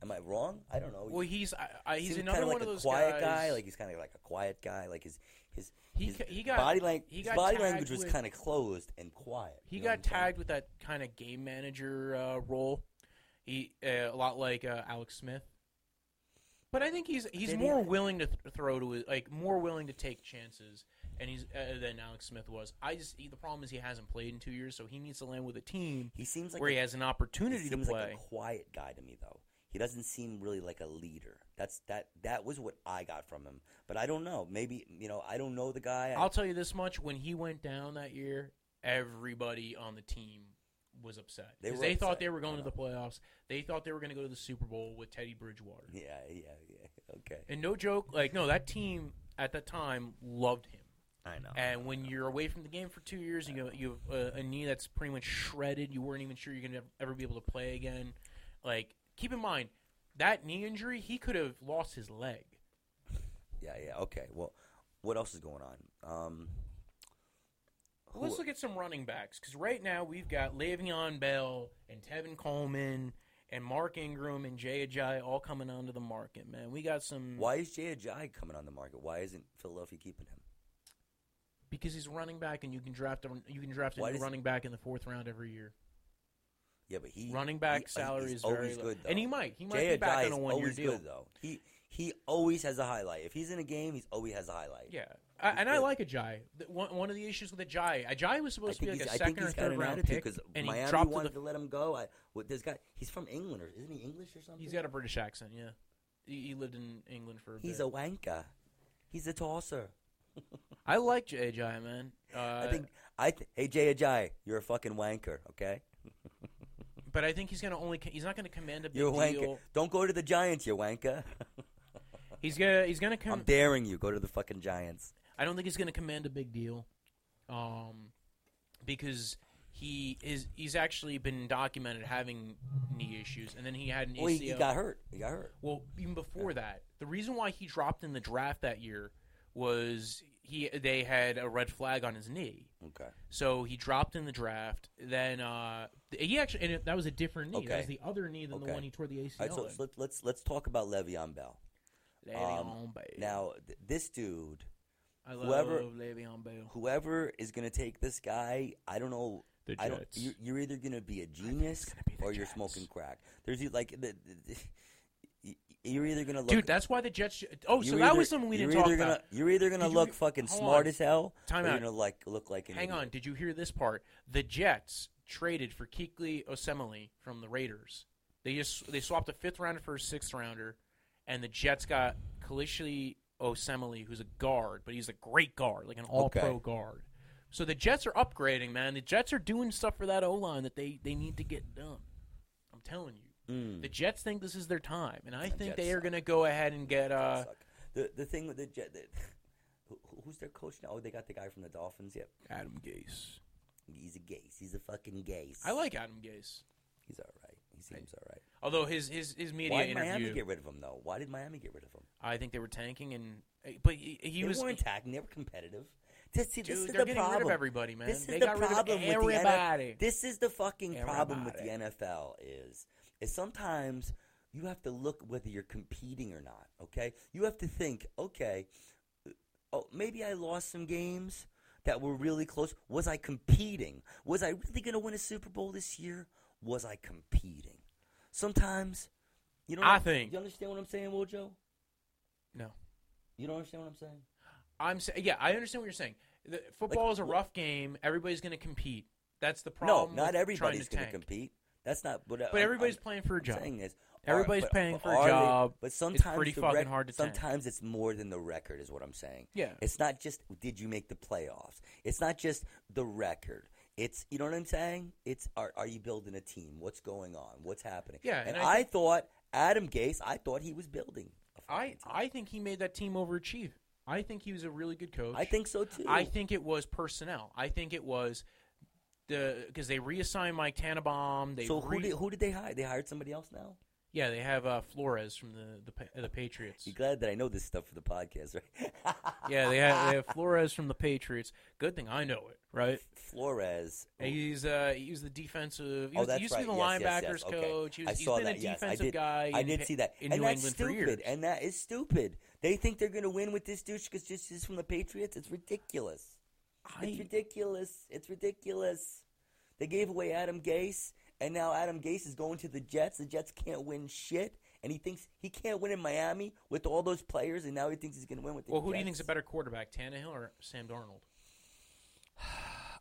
[SPEAKER 1] Am I wrong? I don't know.
[SPEAKER 3] well, he's I, I, he's
[SPEAKER 1] Seems
[SPEAKER 3] another
[SPEAKER 1] Oh, kinda
[SPEAKER 3] one
[SPEAKER 1] like
[SPEAKER 3] of
[SPEAKER 1] a
[SPEAKER 3] those
[SPEAKER 1] quiet
[SPEAKER 3] guys.
[SPEAKER 1] guy. Like he's kind of like a quiet guy. Like his his
[SPEAKER 3] He
[SPEAKER 1] his
[SPEAKER 3] ca- he got-
[SPEAKER 1] body lang-
[SPEAKER 3] he
[SPEAKER 1] his
[SPEAKER 3] got
[SPEAKER 1] body
[SPEAKER 3] tagged
[SPEAKER 1] language was
[SPEAKER 3] with-
[SPEAKER 1] kind of closed and quiet.
[SPEAKER 3] He
[SPEAKER 1] You know what
[SPEAKER 3] got
[SPEAKER 1] I'm saying?
[SPEAKER 3] tagged with that kind of game manager uh, role. He uh, a lot like uh, Alex Smith, but I think he's he's
[SPEAKER 1] Did he-
[SPEAKER 3] more willing to th- throw to his, like more willing to take chances, and he's uh, than Alex Smith was. I just he, the problem is he hasn't played in two years, so he needs to land with a team
[SPEAKER 1] He seems like
[SPEAKER 3] where
[SPEAKER 1] a
[SPEAKER 3] he has an
[SPEAKER 1] He
[SPEAKER 3] opportunity to
[SPEAKER 1] seems
[SPEAKER 3] play.
[SPEAKER 1] Like a quiet guy to me, though. He doesn't seem really like a leader. That's that. That was what I got from him. But I don't know. Maybe you know. I don't know the guy. I-
[SPEAKER 3] I'll tell you this much: when he went down that year, everybody on the team was upset
[SPEAKER 1] They
[SPEAKER 3] because
[SPEAKER 1] were
[SPEAKER 3] they, thought
[SPEAKER 1] upset.
[SPEAKER 3] they were
[SPEAKER 1] I
[SPEAKER 3] going to the
[SPEAKER 1] know.
[SPEAKER 3] playoffs. They thought they were going to go to the Super Bowl with Teddy Bridgewater.
[SPEAKER 1] yeah, yeah, yeah. Okay.
[SPEAKER 3] And no joke, like no, that team at that time loved him.
[SPEAKER 1] I know.
[SPEAKER 3] And when you're away from the game for two years, you you have a, a knee that's pretty much shredded. You weren't even sure you're gonna ever be able to play again. Like, keep in mind that knee injury, he could have lost his leg.
[SPEAKER 1] yeah, yeah. Okay. Well, what else is going on? Um,
[SPEAKER 3] Well, let's
[SPEAKER 1] who-
[SPEAKER 3] look at some running backs because right now we've got Le'Veon Bell and Tevin Coleman and Mark Ingram and Jay Ajayi all coming onto the market. Man, we got some
[SPEAKER 1] why is Jay Ajayi coming on the market? Why isn't Philadelphia keeping him?
[SPEAKER 3] because he's a running back and you can draft a, you can draft a
[SPEAKER 1] Why
[SPEAKER 3] new
[SPEAKER 1] does-
[SPEAKER 3] running back in the fourth round every year.
[SPEAKER 1] Yeah, but he
[SPEAKER 3] running back
[SPEAKER 1] he-
[SPEAKER 3] salary
[SPEAKER 1] he's
[SPEAKER 3] is very low. and he might he might
[SPEAKER 1] Jay
[SPEAKER 3] be back
[SPEAKER 1] Ajayi
[SPEAKER 3] on a
[SPEAKER 1] is
[SPEAKER 3] one year
[SPEAKER 1] always
[SPEAKER 3] deal.
[SPEAKER 1] good though. He he always has a highlight. If he's in a game, he's always has a highlight.
[SPEAKER 3] Yeah, I,
[SPEAKER 1] He's
[SPEAKER 3] and I
[SPEAKER 1] good.
[SPEAKER 3] like Ajay. The- One, one of the issues with Ajay, Ajay
[SPEAKER 1] I
[SPEAKER 3] was supposed to be
[SPEAKER 1] think
[SPEAKER 3] like
[SPEAKER 1] he's,
[SPEAKER 3] a
[SPEAKER 1] I think
[SPEAKER 3] second or
[SPEAKER 1] he's got
[SPEAKER 3] third
[SPEAKER 1] an
[SPEAKER 3] round
[SPEAKER 1] attitude
[SPEAKER 3] pick,
[SPEAKER 1] because
[SPEAKER 3] and he
[SPEAKER 1] Miami
[SPEAKER 3] dropped to the.
[SPEAKER 1] wanted to let him go. I, what this guy, he's from England or isn't he English or something?
[SPEAKER 3] He's got a British accent. Yeah, he, he lived in England for a
[SPEAKER 1] He's a
[SPEAKER 3] bit.
[SPEAKER 1] wanker. He's a tosser.
[SPEAKER 3] I like Jay Ajay, man. Uh,
[SPEAKER 1] I think I th- hey Jay Ajayi, you're a fucking wanker, okay?
[SPEAKER 3] but I think he's gonna only. co- He's not gonna command a big
[SPEAKER 1] You're a wanker.
[SPEAKER 3] deal.
[SPEAKER 1] Don't go to the Giants, you wanker.
[SPEAKER 3] He's gonna. He's gonna
[SPEAKER 1] I'm
[SPEAKER 3] come.
[SPEAKER 1] daring you. Go to the fucking Giants.
[SPEAKER 3] I don't think he's gonna command a big deal, um, because he is. He's actually been documented having knee issues, and then he had an ACL.
[SPEAKER 1] Well, he, he got hurt. He got hurt.
[SPEAKER 3] Well, even before that, the reason why he dropped in the draft that year was he they had a red flag on his knee,
[SPEAKER 1] Okay.
[SPEAKER 3] so he dropped in the draft. Then uh, he actually and it, that was a different knee. That was
[SPEAKER 1] Okay.
[SPEAKER 3] the other knee than the
[SPEAKER 1] Okay.
[SPEAKER 3] one he tore the ACL.
[SPEAKER 1] All right, so
[SPEAKER 3] in.
[SPEAKER 1] let's, let's let's let's talk about Le'Veon Bell.
[SPEAKER 3] Le'Veon
[SPEAKER 1] um,
[SPEAKER 3] Bell.
[SPEAKER 1] Now, th- this dude,
[SPEAKER 3] I love
[SPEAKER 1] whoever-
[SPEAKER 3] Le'Veon Bell.
[SPEAKER 1] whoever is going to take this guy, I don't know.
[SPEAKER 3] The
[SPEAKER 1] I don't.
[SPEAKER 3] Jets.
[SPEAKER 1] You're, you're either going to be a genius
[SPEAKER 3] gonna be the
[SPEAKER 1] or you're
[SPEAKER 3] Jets.
[SPEAKER 1] smoking crack. There's e- like the, the, the- you're either going to look.
[SPEAKER 3] Dude, that's why the Jets. Oh, so
[SPEAKER 1] you're
[SPEAKER 3] that
[SPEAKER 1] either-
[SPEAKER 3] was something we
[SPEAKER 1] you're
[SPEAKER 3] didn't talk
[SPEAKER 1] either
[SPEAKER 3] about.
[SPEAKER 1] gonna- You're either going to
[SPEAKER 3] Did you
[SPEAKER 1] look
[SPEAKER 3] re-
[SPEAKER 1] fucking
[SPEAKER 3] hold
[SPEAKER 1] smart
[SPEAKER 3] on.
[SPEAKER 1] as hell,
[SPEAKER 3] Time
[SPEAKER 1] or
[SPEAKER 3] out.
[SPEAKER 1] you're going to like look like an
[SPEAKER 3] Hang
[SPEAKER 1] idiot.
[SPEAKER 3] on, did you hear this part? The Jets traded for Keekly Osemele from the Raiders. They just they swapped a fifth rounder for a sixth rounder, and the Jets got Kalishli Osemele, who's a guard, but he's a great guard, like an all pro
[SPEAKER 1] Okay.
[SPEAKER 3] guard. So the Jets are upgrading, man. The Jets are doing stuff for that O line that they, they need to get done. I'm telling you.
[SPEAKER 1] Mm.
[SPEAKER 3] The Jets think this is their time, and I think
[SPEAKER 1] Jets
[SPEAKER 3] they are
[SPEAKER 1] suck.
[SPEAKER 3] going to go ahead and get uh,
[SPEAKER 1] Suck. The the thing with the Jet, the, who- who's their coach now? Oh, they got the guy from the Dolphins. Yep,
[SPEAKER 3] Adam Gase.
[SPEAKER 1] he's a gay. He's a fucking gay.
[SPEAKER 3] I like Adam Gase,
[SPEAKER 1] He's all right. He seems all right.
[SPEAKER 3] although his his, his media
[SPEAKER 1] Why did
[SPEAKER 3] interview.
[SPEAKER 1] Miami get rid of him though? Why did Miami get rid of him?
[SPEAKER 3] I think they were tanking, and eh, but he, he
[SPEAKER 1] they
[SPEAKER 3] was.
[SPEAKER 1] weren't attacking. They were competitive. This, see, this
[SPEAKER 3] Dude,
[SPEAKER 1] is
[SPEAKER 3] they're
[SPEAKER 1] the
[SPEAKER 3] getting
[SPEAKER 1] problem.
[SPEAKER 3] rid of everybody, man.
[SPEAKER 1] This is
[SPEAKER 3] they
[SPEAKER 1] the
[SPEAKER 3] got
[SPEAKER 1] problem
[SPEAKER 3] rid of
[SPEAKER 1] with the
[SPEAKER 3] everybody.
[SPEAKER 1] NFL. This is the fucking problem with the
[SPEAKER 3] Everybody.
[SPEAKER 1] NFL is is sometimes you have to look whether you're competing or not. Okay, you have to think. Okay, oh maybe I lost some games that were really close. Was I competing? Was I really going to win a Super Bowl this year? Was I competing? Sometimes, you know. what
[SPEAKER 3] I
[SPEAKER 1] I'm-
[SPEAKER 3] think-
[SPEAKER 1] you understand what I'm saying, Wojo.
[SPEAKER 3] no,
[SPEAKER 1] You don't understand what I'm saying.
[SPEAKER 3] I'm saying. Yeah, I understand what you're saying. The, football is a
[SPEAKER 1] wh-
[SPEAKER 3] rough game. Everybody's going to compete. That's the problem.
[SPEAKER 1] No,
[SPEAKER 3] with
[SPEAKER 1] not
[SPEAKER 3] trying
[SPEAKER 1] everybody's
[SPEAKER 3] to
[SPEAKER 1] going to
[SPEAKER 3] tank.
[SPEAKER 1] compete. That's not. But,
[SPEAKER 3] But everybody's playing for a job.
[SPEAKER 1] Saying this,
[SPEAKER 3] Everybody's
[SPEAKER 1] Alright,
[SPEAKER 3] paying for a
[SPEAKER 1] are they-
[SPEAKER 3] job.
[SPEAKER 1] But
[SPEAKER 3] It's
[SPEAKER 1] sometimes
[SPEAKER 3] pretty
[SPEAKER 1] the
[SPEAKER 3] fucking
[SPEAKER 1] rec-
[SPEAKER 3] hard to tank.
[SPEAKER 1] Sometimes it's more than the record, is what I'm saying.
[SPEAKER 3] Yeah.
[SPEAKER 1] It's not just did you make the playoffs. It's not just the record. It's you know what I'm saying. It's are are you building a team? What's going on? What's happening?
[SPEAKER 3] Yeah,
[SPEAKER 1] And,
[SPEAKER 3] and
[SPEAKER 1] I,
[SPEAKER 3] I
[SPEAKER 1] thought Adam Gase. I thought he was building. a
[SPEAKER 3] I
[SPEAKER 1] fucking team.
[SPEAKER 3] I think he made that team overachieve. I think he was a really good coach.
[SPEAKER 1] I think so too.
[SPEAKER 3] I think it was personnel. I think it was the because they reassigned Mike Tannenbaum. They
[SPEAKER 1] so.
[SPEAKER 3] re-
[SPEAKER 1] who did who did they hire? They hired somebody else now.
[SPEAKER 3] yeah they have uh, Flores from the the, Pa- the Patriots.
[SPEAKER 1] You glad that I know this stuff for the podcast, right?
[SPEAKER 3] Yeah, they have, they have Flores from the Patriots. Good thing I know it, right?
[SPEAKER 1] Flores.
[SPEAKER 3] He's uh, he was the defensive. He,
[SPEAKER 1] Oh,
[SPEAKER 3] was,
[SPEAKER 1] that's
[SPEAKER 3] he used to be
[SPEAKER 1] right.
[SPEAKER 3] the
[SPEAKER 1] Yes, yes,
[SPEAKER 3] linebackers
[SPEAKER 1] yes. Okay.
[SPEAKER 3] coach. He was,
[SPEAKER 1] I
[SPEAKER 3] he's
[SPEAKER 1] saw
[SPEAKER 3] been
[SPEAKER 1] that.
[SPEAKER 3] a
[SPEAKER 1] yes, I
[SPEAKER 3] defensive
[SPEAKER 1] did.
[SPEAKER 3] guy.
[SPEAKER 1] I
[SPEAKER 3] in
[SPEAKER 1] did
[SPEAKER 3] Pa-
[SPEAKER 1] see that.
[SPEAKER 3] in
[SPEAKER 1] and
[SPEAKER 3] New
[SPEAKER 1] that's
[SPEAKER 3] England
[SPEAKER 1] stupid.
[SPEAKER 3] for years.
[SPEAKER 1] And that is stupid. They think they're going to win with this douche because just he's from the Patriots. It's ridiculous. It's
[SPEAKER 3] I,
[SPEAKER 1] ridiculous. It's ridiculous. They gave away Adam Gase, and now Adam Gase is going to the Jets. The Jets can't win shit, and he thinks he can't win in Miami with all those players, and now he thinks he's going to win with the
[SPEAKER 3] well, who
[SPEAKER 1] Jets.
[SPEAKER 3] do you think's a better quarterback, Tannehill or Sam Darnold?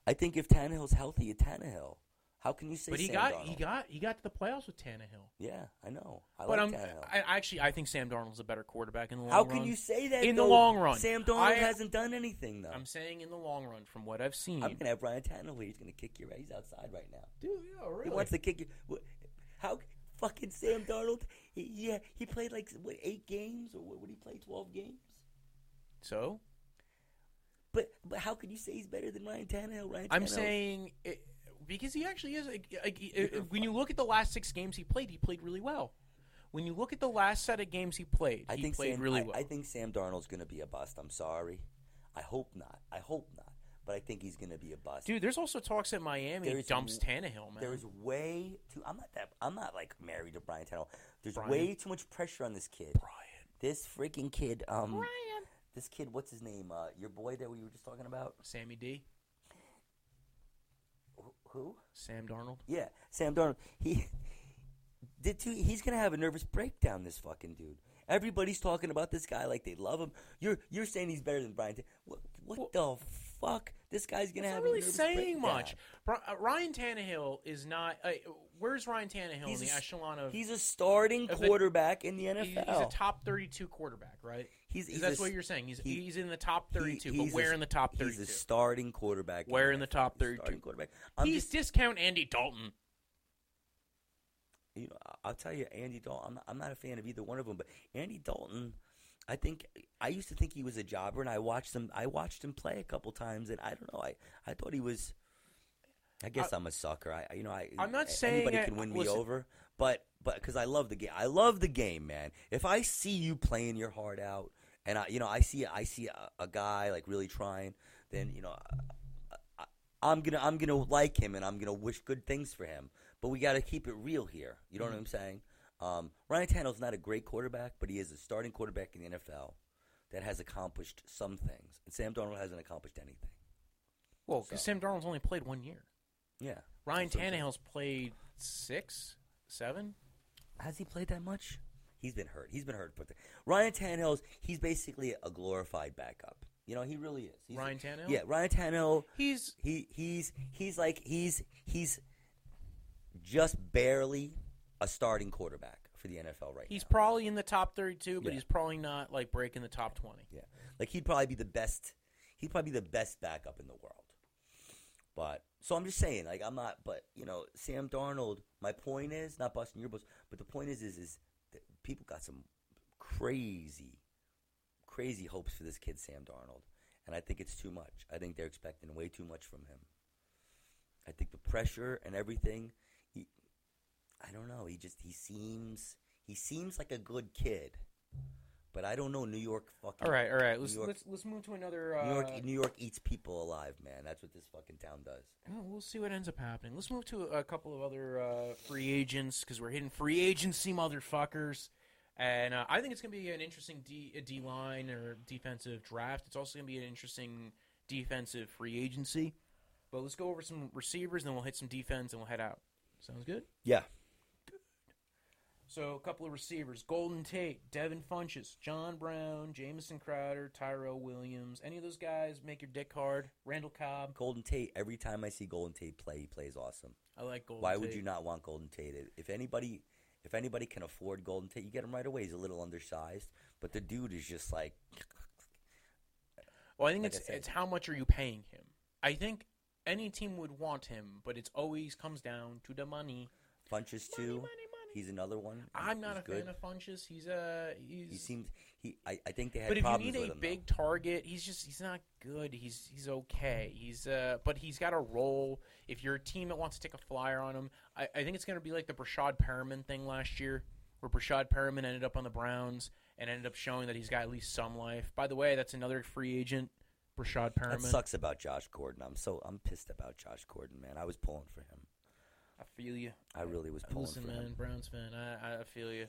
[SPEAKER 1] I think if Tannehill's healthy, it's Tannehill. How can you say?
[SPEAKER 3] But he
[SPEAKER 1] Sam
[SPEAKER 3] got he
[SPEAKER 1] Darnold?
[SPEAKER 3] got he got to the playoffs with Tannehill.
[SPEAKER 1] Yeah, I know. I
[SPEAKER 3] but
[SPEAKER 1] like
[SPEAKER 3] I'm
[SPEAKER 1] Tannehill.
[SPEAKER 3] I, actually I think Sam Darnold's a better quarterback in the long
[SPEAKER 1] How
[SPEAKER 3] run.
[SPEAKER 1] can you say that
[SPEAKER 3] In the
[SPEAKER 1] though?
[SPEAKER 3] long run.
[SPEAKER 1] Sam Darnold
[SPEAKER 3] I-
[SPEAKER 1] hasn't done anything though.
[SPEAKER 3] I'm
[SPEAKER 1] I'm,
[SPEAKER 3] saying in the long run, from what I've seen,
[SPEAKER 1] gonna have Ryan Tannehill. He's gonna kick your ass outside right now.
[SPEAKER 3] dude, yeah, really.
[SPEAKER 1] He wants to kick you. wh- How fucking Sam Darnold? He, yeah, he played like what eight games or what? Would he play twelve games?
[SPEAKER 3] so
[SPEAKER 1] But but how could you say he's better than Ryan Tannehill? Ryan Tannehill.
[SPEAKER 3] I'm saying it, because he actually is. Like, like,
[SPEAKER 1] You're
[SPEAKER 3] when you look at the last six games he played, he played really well. When you look at the last set of games he played,
[SPEAKER 1] I
[SPEAKER 3] he
[SPEAKER 1] think
[SPEAKER 3] played
[SPEAKER 1] Sam,
[SPEAKER 3] really
[SPEAKER 1] I,
[SPEAKER 3] well.
[SPEAKER 1] I think Sam Darnold's going to be a bust. I'm sorry. I hope not. I hope not. But I think he's going to be a bust.
[SPEAKER 3] Dude, there's also talks that Miami
[SPEAKER 1] There is
[SPEAKER 3] dumps
[SPEAKER 1] w-
[SPEAKER 3] Tannehill, man.
[SPEAKER 1] There is way too. I'm not that. I'm not like married to Brian Tannehill. There's
[SPEAKER 3] Brian.
[SPEAKER 1] way too much pressure on this kid.
[SPEAKER 3] Brian.
[SPEAKER 1] This freaking kid. Um, This kid. What's his name? Uh, your boy that we were just talking about.
[SPEAKER 3] Sammy D.
[SPEAKER 1] Wh- Who?
[SPEAKER 3] Sam Darnold.
[SPEAKER 1] Yeah, Sam Darnold. He did too. He's gonna have a nervous breakdown. This fucking dude. Everybody's talking about this guy like they love him. You're you're saying he's better than Brian. Tan- what what the fuck? This guy's gonna
[SPEAKER 3] It's
[SPEAKER 1] have
[SPEAKER 3] not
[SPEAKER 1] a
[SPEAKER 3] really
[SPEAKER 1] nervous
[SPEAKER 3] saying
[SPEAKER 1] breakdown.
[SPEAKER 3] much. Bri- uh, Ryan Tannehill is not. Uh, where's Ryan Tannehill
[SPEAKER 1] He's a
[SPEAKER 3] in the
[SPEAKER 1] s-
[SPEAKER 3] echelon of?
[SPEAKER 1] He's a starting
[SPEAKER 3] Of the-
[SPEAKER 1] quarterback in the
[SPEAKER 3] he-
[SPEAKER 1] NFL.
[SPEAKER 3] he's a top 32 quarterback, right?
[SPEAKER 1] He's-
[SPEAKER 3] Is
[SPEAKER 1] he's
[SPEAKER 3] that's
[SPEAKER 1] a-
[SPEAKER 3] what you're saying. He's
[SPEAKER 1] he-
[SPEAKER 3] he's in the top 32,
[SPEAKER 1] He-
[SPEAKER 3] but
[SPEAKER 1] he's
[SPEAKER 3] where
[SPEAKER 1] a-
[SPEAKER 3] in the top 32?
[SPEAKER 1] He's a starting quarterback.
[SPEAKER 3] Where in the
[SPEAKER 1] NFL.
[SPEAKER 3] top
[SPEAKER 1] He's a
[SPEAKER 3] 32?
[SPEAKER 1] Starting quarterback. I'm
[SPEAKER 3] He's
[SPEAKER 1] just,
[SPEAKER 3] discount Andy Dalton.
[SPEAKER 1] you know, I- I'll tell you, Andy Dalton. I'm not, I'm not a fan of either one of them, but Andy Dalton, I think I used to think he was a jobber, and I watched him. I watched him play a couple times, and I don't know. I, I thought he was. I guess I, am a sucker. I, you know, I.
[SPEAKER 3] I'm not
[SPEAKER 1] a-
[SPEAKER 3] saying
[SPEAKER 1] anybody
[SPEAKER 3] I-
[SPEAKER 1] can win
[SPEAKER 3] listen.
[SPEAKER 1] me over, but but because I love the game. I love the game, man. If I see you playing your heart out, and I, you know, I see I see a, a guy like really trying, then you know, I'm gonna I'm gonna like him and I'm gonna wish good things for him. But we gotta keep it real here. You know
[SPEAKER 3] Mm-hmm.
[SPEAKER 1] what I'm saying? Um, Ryan Tannehill's not a great quarterback, but he is a starting quarterback in the NFL that has accomplished some things. And Sam Darnold hasn't accomplished anything.
[SPEAKER 3] Well,
[SPEAKER 1] So-
[SPEAKER 3] because Sam Darnold's only played one year.
[SPEAKER 1] Yeah.
[SPEAKER 3] Ryan
[SPEAKER 1] That's what I'm saying.
[SPEAKER 3] Tannehill's played six, seven.
[SPEAKER 1] Has he played that much? He's been hurt. He's been hurt. But the, Ryan Tannehill's he's basically a glorified backup. You know, he really is. He's
[SPEAKER 3] Ryan Tannehill?
[SPEAKER 1] Yeah, Ryan Tannehill.
[SPEAKER 3] He's
[SPEAKER 1] he he's he's like he's he's just barely a starting quarterback for the NFL right
[SPEAKER 3] he's
[SPEAKER 1] now.
[SPEAKER 3] probably in the top 32, but
[SPEAKER 1] Yeah.
[SPEAKER 3] he's probably not like breaking the top 20.
[SPEAKER 1] yeah, like he'd probably be the best. He'd probably be the best backup in the world. But so I'm just saying, like I'm not. But you know, Sam Darnold. My point is not busting your balls, but the point is, is is that people got some crazy, crazy hopes for this kid Sam Darnold, and I think it's too much. I think they're expecting way too much from him. I think the pressure and everything. He, I don't know. He just he seems he seems like a good kid, but I don't know. New York fucking.
[SPEAKER 3] All right, all right.
[SPEAKER 1] New
[SPEAKER 3] Let's
[SPEAKER 1] York-
[SPEAKER 3] let's, let's move to another. Uh,
[SPEAKER 1] New York, New York eats people alive, man. That's what this fucking town does.
[SPEAKER 3] oh, we'll see what ends up happening. Let's move to a couple of other uh, free agents because we're hitting free agency motherfuckers. And uh, I think it's going to be an interesting D, a D line or defensive draft. It's also going to be an interesting defensive free agency. But let's go over some receivers, then we'll hit some defense, and we'll head out. Sounds good.
[SPEAKER 1] Yeah.
[SPEAKER 3] So a couple of receivers: Golden Tate, Devin Funches, John Brown, Jamison Crowder, Tyrell Williams. Any of those guys make your dick hard? Randall Cobb.
[SPEAKER 1] Golden Tate. Every time I see Golden Tate play, he plays awesome.
[SPEAKER 3] I like Golden.
[SPEAKER 1] Why
[SPEAKER 3] Tate.
[SPEAKER 1] would you not want Golden Tate? If- If anybody, if anybody can afford Golden Tate, you get him right away. He's a little undersized, but the dude is just like,
[SPEAKER 3] Well, I think
[SPEAKER 1] like
[SPEAKER 3] it's
[SPEAKER 1] I said.
[SPEAKER 3] it's how much are you paying him? I think any team would want him, but it's always comes down to the money.
[SPEAKER 1] punches
[SPEAKER 3] Money,
[SPEAKER 1] too.
[SPEAKER 3] money, money.
[SPEAKER 1] He's another one. He-
[SPEAKER 3] I'm not
[SPEAKER 1] he's
[SPEAKER 3] a fan of Funches. He's a he's.
[SPEAKER 1] He seems he. I, I think they had
[SPEAKER 3] but if you
[SPEAKER 1] problems
[SPEAKER 3] need a
[SPEAKER 1] with him. though.
[SPEAKER 3] big target, he's just he's not good. He's he's okay. He's uh, but he's got a role. If you're a team that wants to take a flyer on him, I, I think it's going to be like the Brashad Perriman thing last year, where Brashad Perriman ended up on the Browns and ended up showing that he's got at least some life. By the way, that's another free agent, Brashad
[SPEAKER 1] That
[SPEAKER 3] Perriman.
[SPEAKER 1] sucks about Josh Gordon. I'm so I'm pissed about Josh Gordon, man. I was pulling for him.
[SPEAKER 3] I feel you.
[SPEAKER 1] I really was pulling
[SPEAKER 3] Listen,
[SPEAKER 1] for
[SPEAKER 3] man,
[SPEAKER 1] him.
[SPEAKER 3] Browns fan, I, I feel you.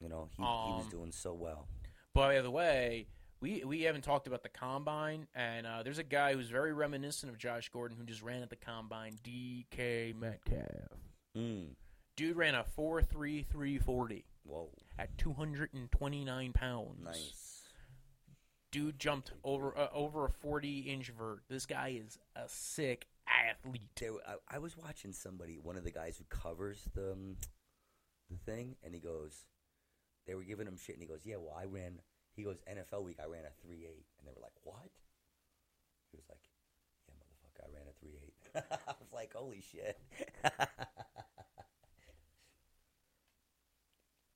[SPEAKER 1] You know, he, he was
[SPEAKER 3] Um,
[SPEAKER 1] doing so well.
[SPEAKER 3] By the way, we we haven't talked about the combine, and uh, there's a guy who's very reminiscent of Josh Gordon who just ran at the combine. DK Metcalf,
[SPEAKER 1] Mm.
[SPEAKER 3] dude ran a four three three forty
[SPEAKER 1] Whoa,
[SPEAKER 3] at 229 pounds.
[SPEAKER 1] nice.
[SPEAKER 3] Dude jumped over uh, over a 40 inch vert. This guy is a sick athlete.
[SPEAKER 1] there, I, I was watching somebody, one of the guys who covers the um, the thing, and he goes, they were giving him shit, and he goes, yeah, well, I ran. He goes, NFL week, I ran a three eight, and they were like, what? He was like, yeah, motherfucker, I ran a three eight. I was like, holy shit.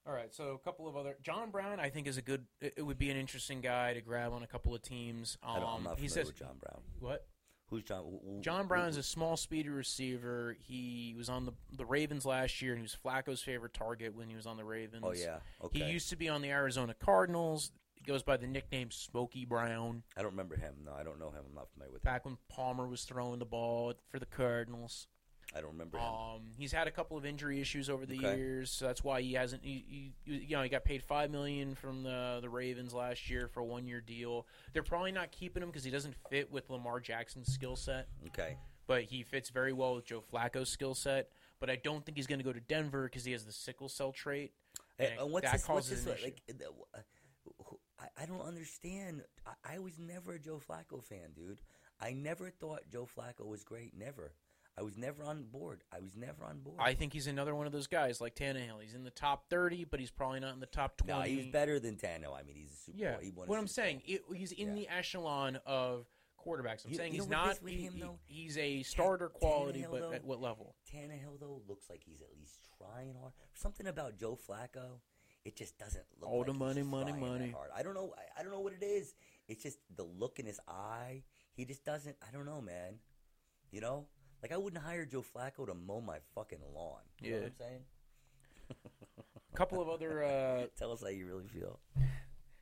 [SPEAKER 3] All right, right, so a couple of other John Brown, I think is a good. It it would be an interesting guy to grab on a couple of teams. Um,
[SPEAKER 1] I don't, I'm not familiar
[SPEAKER 3] he says
[SPEAKER 1] with John Brown.
[SPEAKER 3] what?
[SPEAKER 1] Who's John? wh- wh-
[SPEAKER 3] John
[SPEAKER 1] wh-
[SPEAKER 3] Brown's
[SPEAKER 1] wh-
[SPEAKER 3] a small speedy receiver. He was on the the Ravens last year, and he was Flacco's favorite target when he was on the Ravens.
[SPEAKER 1] Oh yeah. Okay.
[SPEAKER 3] He used to be on the Arizona Cardinals. He goes by the nickname Smokey Brown.
[SPEAKER 1] I don't remember him. No, I don't know him. I'm not familiar with him.
[SPEAKER 3] Back when Palmer was throwing the ball for the Cardinals,
[SPEAKER 1] I don't remember him.
[SPEAKER 3] um, he's had a couple of injury issues over the
[SPEAKER 1] Okay.
[SPEAKER 3] years, so that's why he hasn't. He, he, you know, he got paid five million from the the Ravens last year for a one year deal. They're probably not keeping him because he doesn't fit with Lamar Jackson's skill set.
[SPEAKER 1] Okay.
[SPEAKER 3] but he fits very well with Joe Flacco's skill set. But I don't think he's going to go to Denver because he has the sickle cell trait.
[SPEAKER 1] Uh,
[SPEAKER 3] and
[SPEAKER 1] uh, what's
[SPEAKER 3] that
[SPEAKER 1] this, what's
[SPEAKER 3] causes
[SPEAKER 1] this
[SPEAKER 3] an
[SPEAKER 1] like?
[SPEAKER 3] issue.
[SPEAKER 1] like, uh, w- uh, who- I- I don't understand. I, I was never a Joe Flacco fan, dude. I never thought Joe Flacco was great. Never. I was never on board. I was never on board.
[SPEAKER 3] I think he's another one of those guys like Tannehill. He's in the top thirty, but he's probably not in the top twenty.
[SPEAKER 1] no, he was better than Tano. I mean, he's a Super
[SPEAKER 3] Yeah,
[SPEAKER 1] Bowl. He won a
[SPEAKER 3] what I'm
[SPEAKER 1] Super Bowl.
[SPEAKER 3] saying, it, he's in
[SPEAKER 1] Yeah.
[SPEAKER 3] the echelon of quarterbacks. I'm
[SPEAKER 1] You-
[SPEAKER 3] saying
[SPEAKER 1] you
[SPEAKER 3] he's
[SPEAKER 1] know what it
[SPEAKER 3] not.
[SPEAKER 1] is with
[SPEAKER 3] he-
[SPEAKER 1] him,
[SPEAKER 3] he-
[SPEAKER 1] though?
[SPEAKER 3] he's a starter quality,
[SPEAKER 1] Tannehill,
[SPEAKER 3] but
[SPEAKER 1] though-
[SPEAKER 3] at what level?
[SPEAKER 1] Tannehill though looks like he's at least trying hard. Something about Joe Flacco, it just doesn't look
[SPEAKER 3] All
[SPEAKER 1] like
[SPEAKER 3] the
[SPEAKER 1] he's
[SPEAKER 3] money, money,
[SPEAKER 1] trying that
[SPEAKER 3] money.
[SPEAKER 1] hard. I don't know. I, I don't know what it is. It's just the look in his eye. He just doesn't. I don't know, man. You know, like I wouldn't hire Joe Flacco to mow my fucking lawn. You know
[SPEAKER 3] Yeah.
[SPEAKER 1] what I'm saying?
[SPEAKER 3] A couple of other, uh,
[SPEAKER 1] Tell us how you really feel.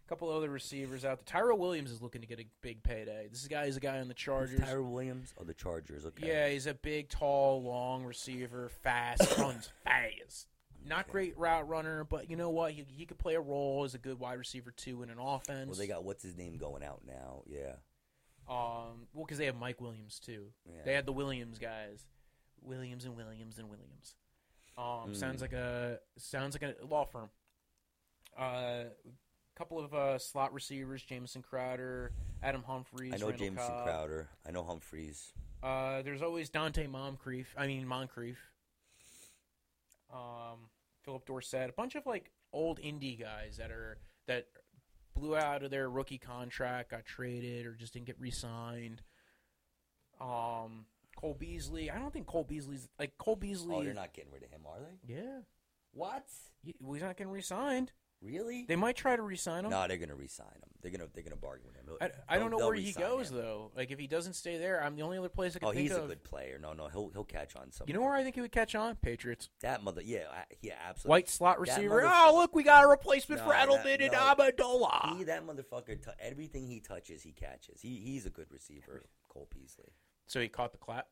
[SPEAKER 3] couple of other receivers out there. Tyrell Williams is looking to get a big payday. This guy is a guy on the
[SPEAKER 1] Who's
[SPEAKER 3] Chargers.
[SPEAKER 1] Tyra Williams or the Chargers? Okay.
[SPEAKER 3] Yeah, he's a big, tall, long receiver, fast, runs fast. Not
[SPEAKER 1] Okay.
[SPEAKER 3] great route runner, but you know what? He, he could play a role as a good wide receiver too in an offense.
[SPEAKER 1] Well, they got what's his name going out now. Yeah.
[SPEAKER 3] um, well, because they have Mike Williams too.
[SPEAKER 1] Yeah.
[SPEAKER 3] They had the Williams guys, Williams and Williams and Williams.
[SPEAKER 1] Hmm.
[SPEAKER 3] Um, sounds like a sounds like a law firm. A uh, couple of uh, slot receivers: Jameson Crowder, Adam Humphries.
[SPEAKER 1] I know
[SPEAKER 3] Randall
[SPEAKER 1] Jameson
[SPEAKER 3] Cobb.
[SPEAKER 1] Crowder. I know Humphreys.
[SPEAKER 3] Uh, there's always Dante Moncrief. I mean Moncrief. Um, Philip Dorsett, a bunch of like old indie guys that are that blew out of their rookie contract, got traded, or just didn't get re-signed. Um, Cole Beasley. I don't think Cole Beasley's like Cole Beasley.
[SPEAKER 1] Oh, they're not getting rid of him, are they?
[SPEAKER 3] Yeah,
[SPEAKER 1] What?
[SPEAKER 3] He- well, he's not getting re-signed.
[SPEAKER 1] Really?
[SPEAKER 3] They might try to re-sign him.
[SPEAKER 1] No, they're gonna re-sign him. They're gonna they're gonna bargain with him.
[SPEAKER 3] I, I don't know where he goes though. Like if he doesn't stay there, I'm the only other place I can
[SPEAKER 1] Oh,
[SPEAKER 3] think
[SPEAKER 1] he's a
[SPEAKER 3] of.
[SPEAKER 1] good player. No, no, he'll he'll catch on something.
[SPEAKER 3] you know where I think he would catch on? Patriots.
[SPEAKER 1] that mother? Yeah, I, yeah, absolutely.
[SPEAKER 3] White slot
[SPEAKER 1] That
[SPEAKER 3] receiver.
[SPEAKER 1] motherf-
[SPEAKER 3] Oh, look, we got a replacement
[SPEAKER 1] No,
[SPEAKER 3] for
[SPEAKER 1] that-
[SPEAKER 3] Edelman and
[SPEAKER 1] no.
[SPEAKER 3] Amendola.
[SPEAKER 1] He that motherfucker. T- everything he touches, he catches. He he's a good receiver. Cole Beasley.
[SPEAKER 3] so he caught the clap.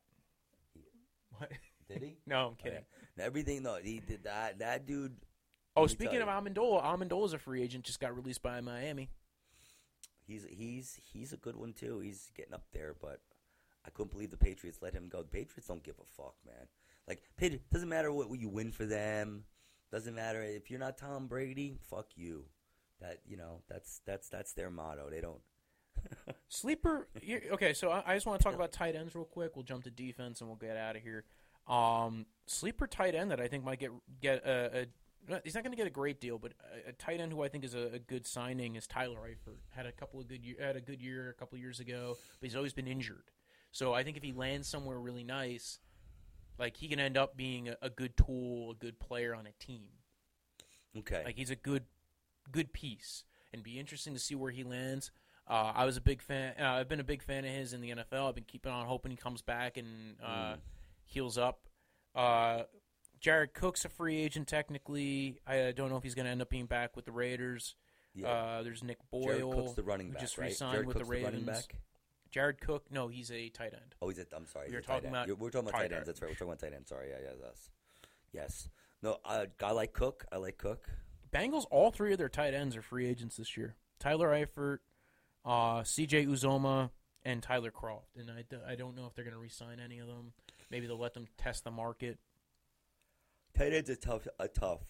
[SPEAKER 3] What?
[SPEAKER 1] Did he?
[SPEAKER 3] No, I'm kidding.
[SPEAKER 1] Okay. Everything though, he did that. That dude.
[SPEAKER 3] Oh,
[SPEAKER 1] Let me
[SPEAKER 3] speaking of
[SPEAKER 1] tell
[SPEAKER 3] Amendola, Amendola's a free agent. Just got released by Miami.
[SPEAKER 1] He's he's he's a good one too. He's getting up there, but I couldn't believe the Patriots let him go. The Patriots don't give a fuck, man. Like, Patri- doesn't matter what you win for them. Doesn't matter if you're not Tom Brady. Fuck you. That you know that's that's that's their motto. They don't.
[SPEAKER 3] Sleeper. you okay, so I, I just want to talk about tight ends real quick. We'll jump to defense and we'll get out of here. Um, sleeper tight end that I think might get get a. a not- He's not going to get a great deal, but a, a tight end who I think is a, a good signing is Tyler Eifert. Had a couple of good year, had a good year a couple of years ago, but he's always been injured. So I think if he lands somewhere really nice, like he can end up being a, a good tool, a good player on a team.
[SPEAKER 1] Okay.
[SPEAKER 3] Like he's a good, good piece, and be interesting to see where he lands. Uh, I was a big fan. Uh, I've been a big fan of his in the NFL. I've been keeping on hoping he comes back and uh,
[SPEAKER 1] Mm.
[SPEAKER 3] heals up. Uh, Jared Cook's a free agent technically. I uh, don't know if he's going to end up being back with the Raiders.
[SPEAKER 1] yeah.
[SPEAKER 3] Uh, there's Nick Boyle.
[SPEAKER 1] Jared Cook's the running
[SPEAKER 3] who
[SPEAKER 1] back,
[SPEAKER 3] just
[SPEAKER 1] right?
[SPEAKER 3] re-signed
[SPEAKER 1] Jared
[SPEAKER 3] with
[SPEAKER 1] Cook's
[SPEAKER 3] the Ravens.
[SPEAKER 1] running back.
[SPEAKER 3] Jared Cook, no, he's a tight end.
[SPEAKER 1] Oh, he's at, I'm sorry. he's
[SPEAKER 3] You're
[SPEAKER 1] a tight
[SPEAKER 3] talking
[SPEAKER 1] end.
[SPEAKER 3] about
[SPEAKER 1] You're- we're talking about tight
[SPEAKER 3] Tyler.
[SPEAKER 1] ends. That's right. We're talking about tight ends. Sorry. Yeah, yeah, that's yes. No, I, I like Cook. I like Cook.
[SPEAKER 3] Bengals, all three of their tight ends are free agents this year. Tyler Eifert, uh, C.J. Uzoma, and Tyler Croft. And I, d- I don't know if they're going to re-sign any of them. Maybe they'll let them test the market.
[SPEAKER 1] Tight ends are tough. A tough.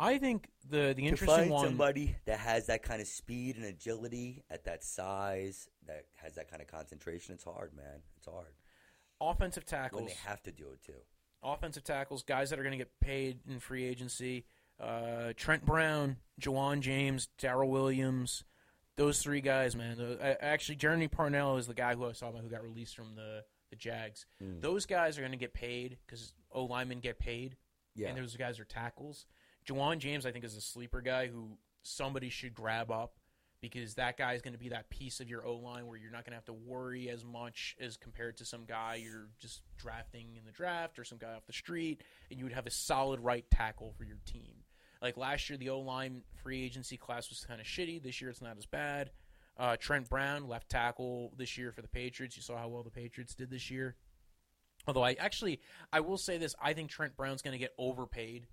[SPEAKER 3] I think the the
[SPEAKER 1] to
[SPEAKER 3] interesting
[SPEAKER 1] find
[SPEAKER 3] one.
[SPEAKER 1] somebody that has that kind of speed and agility at that size, that has that kind of concentration, it's hard, man. It's hard
[SPEAKER 3] offensive
[SPEAKER 1] when
[SPEAKER 3] tackles,
[SPEAKER 1] they have to do it too.
[SPEAKER 3] offensive tackles, guys that are going to get paid in free agency. Uh, Trent Brown, Jawan James, Daryl Williams, those three guys, man. Tho- a- actually, Jeremy Parnell is the guy who I was talking about who got released from the the Jags. Those guys are going to get paid because O linemen get paid,
[SPEAKER 1] Yeah,
[SPEAKER 3] and those guys are tackles. Jawan James, I think, is a sleeper guy who somebody should grab up because that guy is going to be that piece of your O line where you're not going to have to worry as much as compared to some guy you're just drafting in the draft or some guy off the street, and you would have a solid right tackle for your team. Like last year, the O line free agency class was kind of shitty. This year, it's not as bad. Uh, Trent Brown, left tackle this year for the Patriots. You saw how well the Patriots did this year. Although I actually, I will say this: I think Trent Brown's going to get overpaid,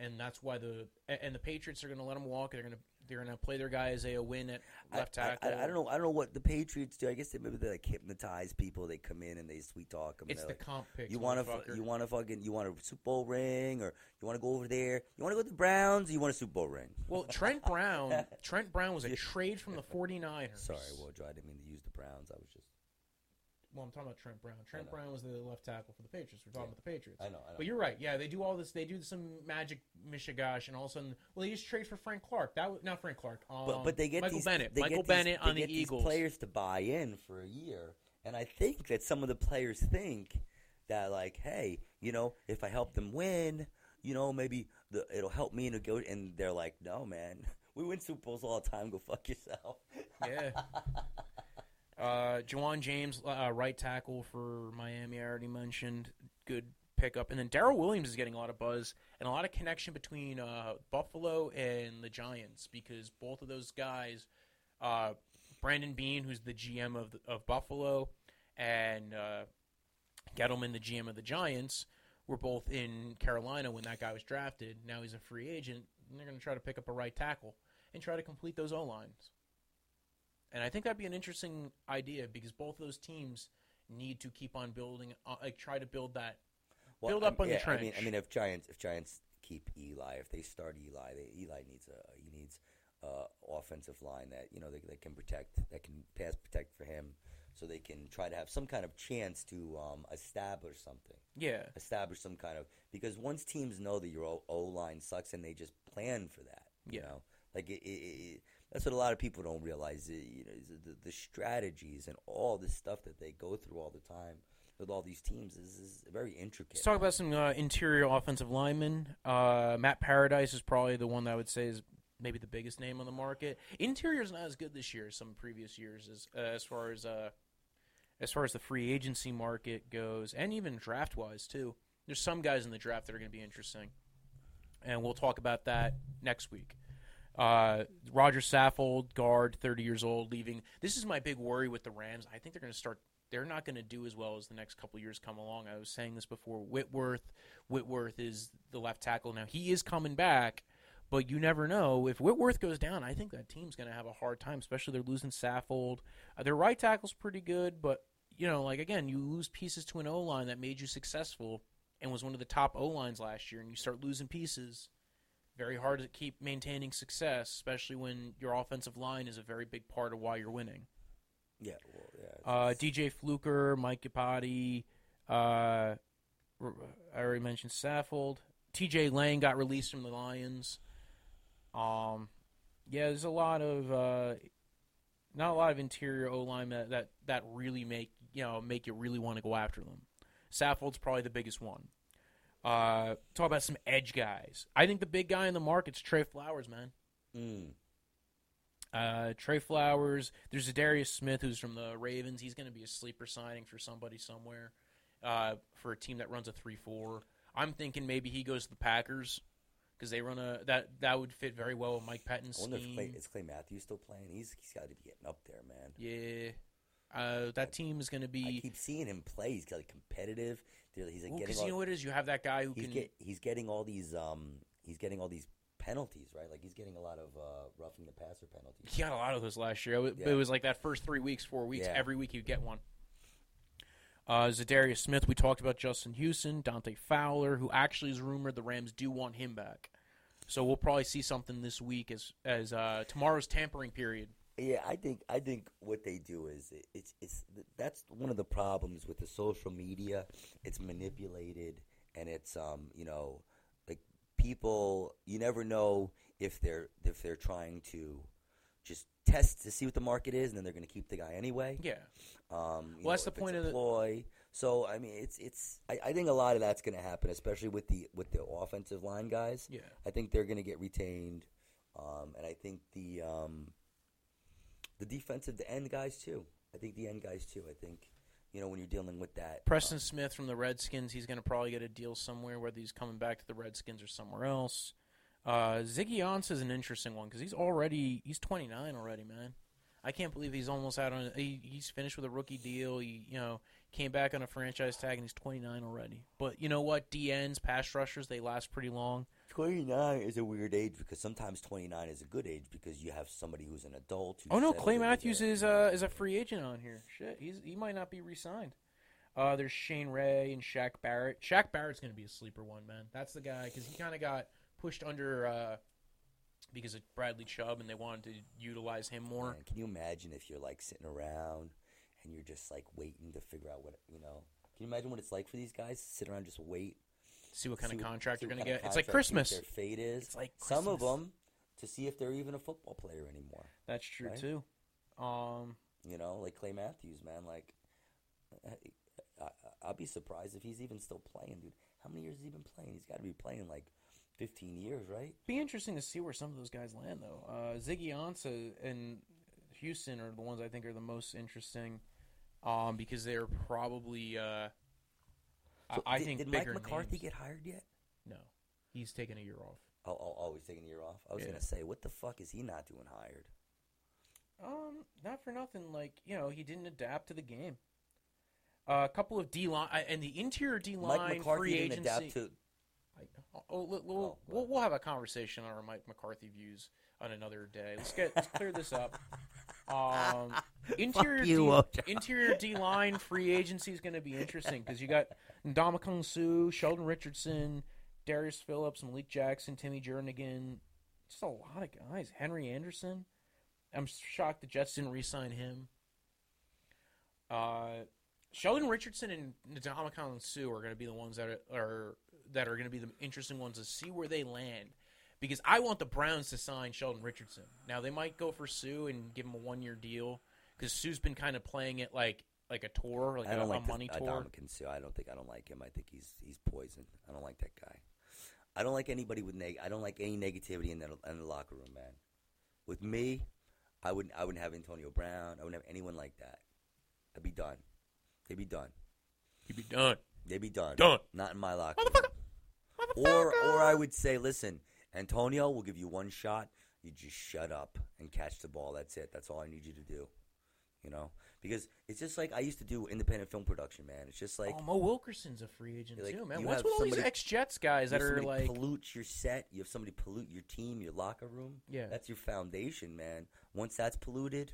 [SPEAKER 3] and that's why the and the Patriots are going to let him walk. They're going to they're going to play their guy Isaiah Win at
[SPEAKER 1] I-
[SPEAKER 3] left
[SPEAKER 1] I-
[SPEAKER 3] tackle.
[SPEAKER 1] I, I, don't know. I don't know what the Patriots do. I guess they maybe they like hypnotize people. They come in and they sweet talk them.
[SPEAKER 3] It's the comp pick.
[SPEAKER 1] You want to you want to fucking you want a Super Bowl ring or you want to go over there? You want to go to the Browns? Or you want a Super Bowl ring?
[SPEAKER 3] well, Trent Brown. Trent Brown was a
[SPEAKER 1] Yeah.
[SPEAKER 3] trade from the 49ers.
[SPEAKER 1] Sorry, Wojo. I didn't mean to use the Browns. I was just
[SPEAKER 3] Well, I'm talking about Trent Brown. Trent
[SPEAKER 1] know.
[SPEAKER 3] Brown was the left tackle for the Patriots. We're
[SPEAKER 1] Yeah.
[SPEAKER 3] talking about the Patriots.
[SPEAKER 1] I know, I know.
[SPEAKER 3] But you're right. Yeah, they do all this. They do some magic mishigash, and all of a sudden, well, they just trade for Frank Clark. That was not Frank Clark. Um,
[SPEAKER 1] but but they get
[SPEAKER 3] Michael
[SPEAKER 1] these,
[SPEAKER 3] Bennett.
[SPEAKER 1] they
[SPEAKER 3] Michael
[SPEAKER 1] get these-
[SPEAKER 3] Bennett
[SPEAKER 1] they
[SPEAKER 3] on the
[SPEAKER 1] get these
[SPEAKER 3] Eagles.
[SPEAKER 1] players to buy in for a year, and I think that some of the players think that like, hey, you know, if I help them win, you know, maybe the, it'll help me to go. And they're like, no, man, we win Super Bowls all the time. Go fuck yourself.
[SPEAKER 3] yeah. Uh, Jawan James, uh, right tackle for Miami. I already mentioned. Good pickup, and then Daryl Williams is getting a lot of buzz and a lot of connection between uh, Buffalo and the Giants because both of those guys, uh, Brandon Bean, who's the GM of of Buffalo, and uh, Gettleman, the GM of the Giants, were both in Carolina when that guy was drafted. Now he's a free agent, and they're going to try to pick up a right tackle and try to complete those O lines. And I think that'd be an interesting idea because both of those teams need to keep on building, uh, like try to build that. Build up
[SPEAKER 1] I,
[SPEAKER 3] on the
[SPEAKER 1] yeah, I mean, I
[SPEAKER 3] trench.
[SPEAKER 1] mean, if Giants, if Giants keep Eli, if they start Eli, they, Eli needs a he needs uh, offensive line that you know that, that can protect, that can pass protect for him, so they can try to have some kind of chance to um, establish something,
[SPEAKER 3] Yeah,
[SPEAKER 1] establish some kind of because once teams know that your O line sucks and they just plan for that, you
[SPEAKER 3] Yeah.
[SPEAKER 1] know, like it, it, it, it- that's what a lot of people don't realize. It, you know, is the, the strategies and all this stuff that they go through all the time. With all these teams is, is very intricate.
[SPEAKER 3] Let's talk about some uh, interior offensive linemen. Uh, Matt Paradise is probably the one that I would say is maybe the biggest name on the market. Interior's not as good this year as some previous years as uh, as far as uh, as far as the free agency market goes, and even draft wise too. There's some guys in the draft that are going to be interesting, and we'll talk about that next week. Uh, Roger Saffold, guard, 30 years old, leaving. This is my big worry with the Rams. I think they're going to start. They're not going to do as well as the next couple years come along. I was saying this before. Whitworth, Whitworth is the left tackle now. He is coming back, but you never know if Whitworth goes down. I think that team's going to have a hard time, especially they're losing Saffold. Uh, their right tackle's pretty good, but you know, like again, you lose pieces to an O line that made you successful and was one of the top O lines last year, and you start losing pieces very hard to keep maintaining success, especially when your offensive line is a very big part of why you're winning.
[SPEAKER 1] Yeah, well, yeah.
[SPEAKER 3] Uh, DJ Fluker, Mike Gipati, uh, r- I already mentioned Saffold. TJ Lane got released from the Lions. Um, yeah, there's a lot of uh, not a lot of interior O line that, that that really make you know make you really want to go after them. Saffold's probably the biggest one. Uh, talk about some edge guys. I think the big guy in the market's Trey Flowers, man.
[SPEAKER 1] Mm.
[SPEAKER 3] Uh, Trey Flowers. There's Darius Smith, who's from the Ravens. He's going to be a sleeper signing for somebody somewhere, uh, for a team that runs a three-four. I'm thinking maybe he goes to the Packers because they run a that that would fit very well with Mike Patton's
[SPEAKER 1] I wonder if Clay,
[SPEAKER 3] scheme.
[SPEAKER 1] is Clay Matthews still playing? He's he's got to be getting up there, man.
[SPEAKER 3] Yeah, uh, that team is going to
[SPEAKER 1] I
[SPEAKER 3] be
[SPEAKER 1] keep seeing him play. He's got like competitive. They're- He's like getting
[SPEAKER 3] because
[SPEAKER 1] all,
[SPEAKER 3] you know what it is. You have that guy who
[SPEAKER 1] he's
[SPEAKER 3] can.
[SPEAKER 1] get he's getting all these um he's getting all these penalties, right? Like he's getting a lot of uh, roughing the passer penalties.
[SPEAKER 3] he got a lot of those last year. It, was-
[SPEAKER 1] Yeah.
[SPEAKER 3] it was like that first three weeks, four weeks,
[SPEAKER 1] Yeah.
[SPEAKER 3] every week you get one. Uh, Zadarius Smith, we talked about Justin Houston, Dante Fowler, who actually is rumored the Rams do want him back. So we'll probably see something this week as as uh, tomorrow's tampering period.
[SPEAKER 1] Yeah, I think I think what they do is it, it's it's that's one of the problems with the social media. It's manipulated and it's um you know like people you never know if they're if they're trying to just test to see what the market is and then they're going to keep the guy anyway.
[SPEAKER 3] Yeah,
[SPEAKER 1] Um, you
[SPEAKER 3] Well, that's
[SPEAKER 1] know,
[SPEAKER 3] the
[SPEAKER 1] if
[SPEAKER 3] point
[SPEAKER 1] it's
[SPEAKER 3] of
[SPEAKER 1] a
[SPEAKER 3] the-
[SPEAKER 1] ploy. So I mean, it's it's. I, I think a lot of that's going to happen, especially with the with the offensive line guys.
[SPEAKER 3] Yeah.
[SPEAKER 1] I think they're going to get retained, um, and I think the um, the defensive the end guys too. I think the end guys too. I think you know when you're dealing with that. uh,
[SPEAKER 3] Preston Smith from the Redskins, he's going to probably get a deal somewhere, whether he's coming back to the Redskins or somewhere else. Uh, Ziggy Ansah is an interesting one because he's already he's 29 already, man. I can't believe he's almost out on. He, he's finished with a rookie deal. He you know came back on a franchise tag and he's 29 already. But you know what? DNs, pass rushers, they last pretty long.
[SPEAKER 1] 29 is a weird age because sometimes 29 is a good age because you have somebody who's an adult. who's
[SPEAKER 3] Oh no,
[SPEAKER 1] settled
[SPEAKER 3] Clay
[SPEAKER 1] into
[SPEAKER 3] Matthews
[SPEAKER 1] their-
[SPEAKER 3] is uh, is a free agent on here. Shit, he's he might not be re-signed. Uh, there's Shane Ray and Shaq Barrett. Shaq Barrett's gonna be a sleeper one, man. That's the guy because he kind of got pushed under uh, because of Bradley Chubb, and they wanted to utilize him more.
[SPEAKER 1] Man, can you imagine if you're like sitting around and you're just like waiting to figure out what you know? Can you imagine what it's like for these guys to sit around and just wait?
[SPEAKER 3] See what kind
[SPEAKER 1] see
[SPEAKER 3] of
[SPEAKER 1] what-
[SPEAKER 3] contract
[SPEAKER 1] see
[SPEAKER 3] they're
[SPEAKER 1] what
[SPEAKER 3] gonna
[SPEAKER 1] kind of
[SPEAKER 3] get. It's like
[SPEAKER 1] contract, see what
[SPEAKER 3] Christmas.
[SPEAKER 1] Their fate is.
[SPEAKER 3] It's like
[SPEAKER 1] some of
[SPEAKER 3] Christmas.
[SPEAKER 1] them to see if they're even a football player anymore.
[SPEAKER 3] That's true
[SPEAKER 1] right?
[SPEAKER 3] too. Um,
[SPEAKER 1] You know, like Clay Matthews, man. Like, I, I, I'll be surprised if he's even still playing, dude. How many years has he been playing? He's got to be playing like 15 years, right?
[SPEAKER 3] be interesting to see where some of those guys land though. Uh, Ziggy Ansah and Houston are the ones I think are the most interesting, um, because they're probably. Uh, I-
[SPEAKER 1] So
[SPEAKER 3] I,
[SPEAKER 1] did,
[SPEAKER 3] think
[SPEAKER 1] did Mike
[SPEAKER 3] bigger
[SPEAKER 1] McCarthy
[SPEAKER 3] names.
[SPEAKER 1] get hired yet?
[SPEAKER 3] No, he's taking a year off.
[SPEAKER 1] Oh, oh, oh, he's taking a year off. I was
[SPEAKER 3] Yeah.
[SPEAKER 1] gonna say, what the fuck is he not doing hired?
[SPEAKER 3] Um, not for nothing. Like you know, he didn't adapt to the game. Uh, a couple of D line and the interior D
[SPEAKER 1] Mike
[SPEAKER 3] line free
[SPEAKER 1] McCarthy
[SPEAKER 3] agency.
[SPEAKER 1] didn't adapt to
[SPEAKER 3] I- oh, oh, we'll, we'll,
[SPEAKER 1] Oh,
[SPEAKER 3] we'll, we'll have a conversation on our Mike McCarthy views on another day. Let's get let's clear this up. Um, interior
[SPEAKER 1] you,
[SPEAKER 3] D,
[SPEAKER 1] Woj.
[SPEAKER 3] interior D line free agency is going to be interesting because you got Ndamukong Su, Sheldon Richardson, Darius Phillips, Malik Jackson, Timmy Jernigan, just a lot of guys. Henry Anderson. I'm shocked the Jets didn't re-sign him. Uh, Sheldon Richardson and Ndamukong Sue are going to be the ones that are, are that are going to be the interesting ones to see where they land, because I want the Browns to sign Sheldon Richardson. Now they might go for Sue and give him a one year deal because Sue's been kind of playing it like like a tour, like
[SPEAKER 1] I
[SPEAKER 3] a,
[SPEAKER 1] don't like uh,
[SPEAKER 3] a money
[SPEAKER 1] this,
[SPEAKER 3] tour.
[SPEAKER 1] Adamkin Sue. I don't think I don't like him. I think he's he's poison. I don't like that guy. I don't like anybody with neg. I don't like any negativity in the in the locker room, man. With me, I wouldn't I wouldn't have Antonio Brown. I wouldn't have anyone like that. I'd be done. They'd be done.
[SPEAKER 3] He'd be done.
[SPEAKER 1] They'd be done.
[SPEAKER 3] Done.
[SPEAKER 1] Not in my locker. room. Or or I would say, listen, Antonio, we'll give you one shot. You just shut up and catch the ball. That's it. That's all I need you to do. You know, because it's just like I used to do independent film production, man. It's just like
[SPEAKER 3] oh, Mo Wilkerson's a free agent
[SPEAKER 1] Like,
[SPEAKER 3] too, man.
[SPEAKER 1] you
[SPEAKER 3] What's
[SPEAKER 1] have
[SPEAKER 3] with all these
[SPEAKER 1] somebody-
[SPEAKER 3] ex-Jets guys
[SPEAKER 1] You
[SPEAKER 3] that
[SPEAKER 1] have
[SPEAKER 3] are
[SPEAKER 1] somebody
[SPEAKER 3] like?
[SPEAKER 1] pollute your set. You have somebody pollute your team, your locker room.
[SPEAKER 3] Yeah.
[SPEAKER 1] that's your foundation, man. Once that's polluted,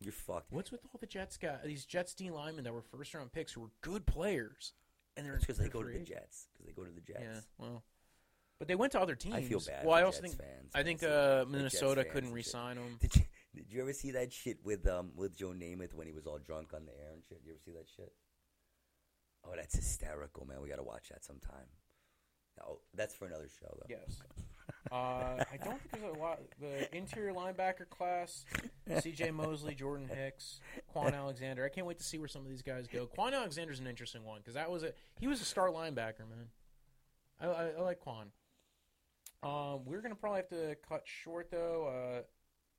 [SPEAKER 1] you're fucked.
[SPEAKER 3] What's with all the Jets guys? These Jets D linemen that were first round picks who were good players, and they're
[SPEAKER 1] That's because they
[SPEAKER 3] they're
[SPEAKER 1] go to
[SPEAKER 3] free
[SPEAKER 1] the
[SPEAKER 3] agents.
[SPEAKER 1] Jets. Because they go to the Jets.
[SPEAKER 3] Yeah, well, but they went to other teams.
[SPEAKER 1] I feel bad.
[SPEAKER 3] Well,
[SPEAKER 1] for
[SPEAKER 3] I also
[SPEAKER 1] Jets
[SPEAKER 3] think
[SPEAKER 1] fans,
[SPEAKER 3] I think
[SPEAKER 1] honestly.
[SPEAKER 3] uh,
[SPEAKER 1] Or Jets
[SPEAKER 3] Minnesota
[SPEAKER 1] fans
[SPEAKER 3] couldn't
[SPEAKER 1] and shit.
[SPEAKER 3] re-sign him.
[SPEAKER 1] Did you, did you ever see that shit with um with Joe Namath when he was all drunk on the air and shit? You ever see that shit? Oh, that's hysterical, man. We got to watch that sometime. Oh, that's for another show though.
[SPEAKER 3] Yes. Uh, I don't think there's a lot. The interior linebacker class: C.J. Mosley, Jordan Hicks, Quan Alexander. I can't wait to see where some of these guys go. Quan Alexander's an interesting one because that was a he was a star linebacker, man. I, I, I like Quan. Um, we're gonna probably have to cut short though. Uh,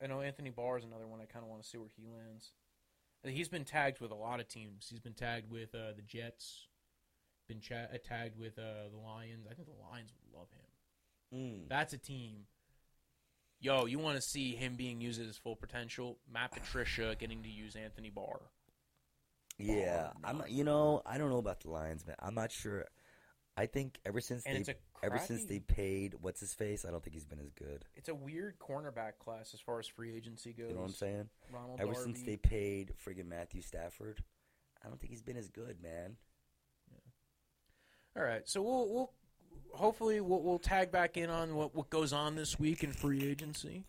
[SPEAKER 3] I know Anthony Barr is another one. I kind of want to see where he lands. Uh, He's been tagged with a lot of teams. He's been tagged with uh, the Jets. Been cha- uh, tagged with uh, the Lions. I think the Lions would love him.
[SPEAKER 1] Mm.
[SPEAKER 3] That's a team. Yo, you want to see him being used at his full potential? Matt Patricia getting to use Anthony Barr.
[SPEAKER 1] Yeah, I'm. not- You know, I don't know about the Lions, man. I'm not sure. I think ever since
[SPEAKER 3] And
[SPEAKER 1] they
[SPEAKER 3] it's a
[SPEAKER 1] ever since
[SPEAKER 3] crappy-
[SPEAKER 1] they paid what's his face, I don't think he's been as good.
[SPEAKER 3] It's a weird cornerback class as far as free agency goes.
[SPEAKER 1] You know what I'm saying?
[SPEAKER 3] Ronald
[SPEAKER 1] Ever since
[SPEAKER 3] Darby.
[SPEAKER 1] they paid friggin' Matthew Stafford, I don't think he's been as good, man.
[SPEAKER 3] All right, so we'll we'll hopefully we'll, we'll tag back in on what what goes on this week in free agency.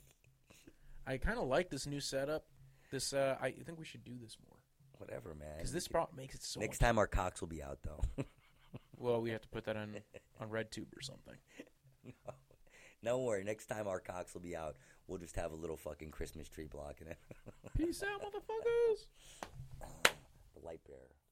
[SPEAKER 3] I kind of like this new setup. This uh, I think we should do this more
[SPEAKER 1] Whatever, man.
[SPEAKER 3] because this
[SPEAKER 1] You can-
[SPEAKER 3] pro- makes it so
[SPEAKER 1] next
[SPEAKER 3] much.
[SPEAKER 1] time our cocks will be out though.
[SPEAKER 3] Well, we have to put that on on RedTube or something.
[SPEAKER 1] Don't worry. Next time our cocks will be out, we'll just have a little fucking Christmas tree blocking it.
[SPEAKER 3] Peace out, motherfuckers.
[SPEAKER 1] the light bearer.